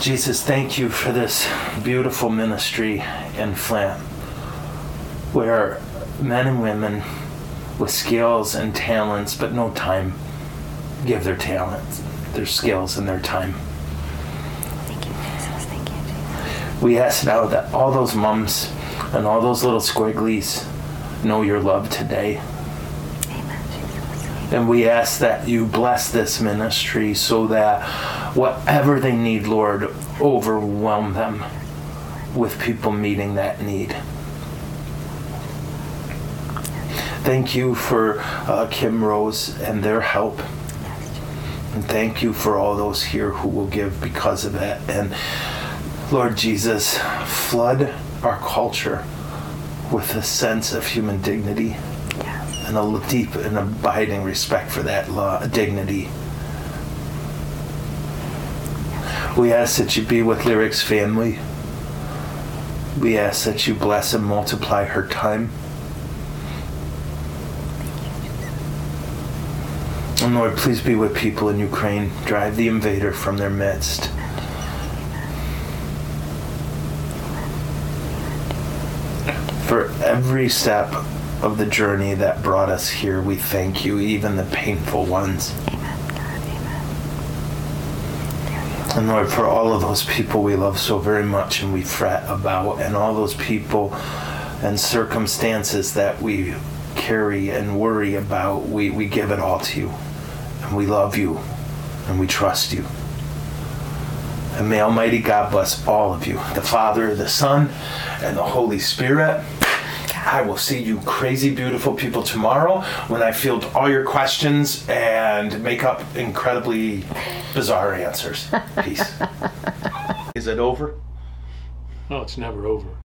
Speaker 1: Jesus, thank you for this beautiful ministry in Flint, where men and women with skills and talents, but no time, give their talents, their skills, and their time.
Speaker 2: Thank you, Jesus. Thank you.
Speaker 1: We ask now that all those mums and all those little squigglies know your love today. And we ask that you bless this ministry so that whatever they need, Lord, overwhelm them with people meeting that need. Thank you for uh, Kim Rose and their help. And thank you for all those here who will give because of it. And Lord Jesus, flood our culture with a sense of human dignity and a deep and abiding respect for that law, dignity. We ask that you be with Lyric's family. We ask that you bless and multiply her time. And Lord, please be with people in Ukraine. Drive the invader from their midst. For every step of the journey that brought us here, we thank you, even the painful ones. And Lord, for all of those people we love so very much and we fret about, and all those people and circumstances that we carry and worry about, we, we give it all to you. And we love you and we trust you. And may Almighty God bless all of you, the Father, the Son, and the Holy Spirit. I will see you crazy beautiful people tomorrow when I field all your questions and make up incredibly bizarre answers. Peace. Is it over?
Speaker 4: Oh, it's never over.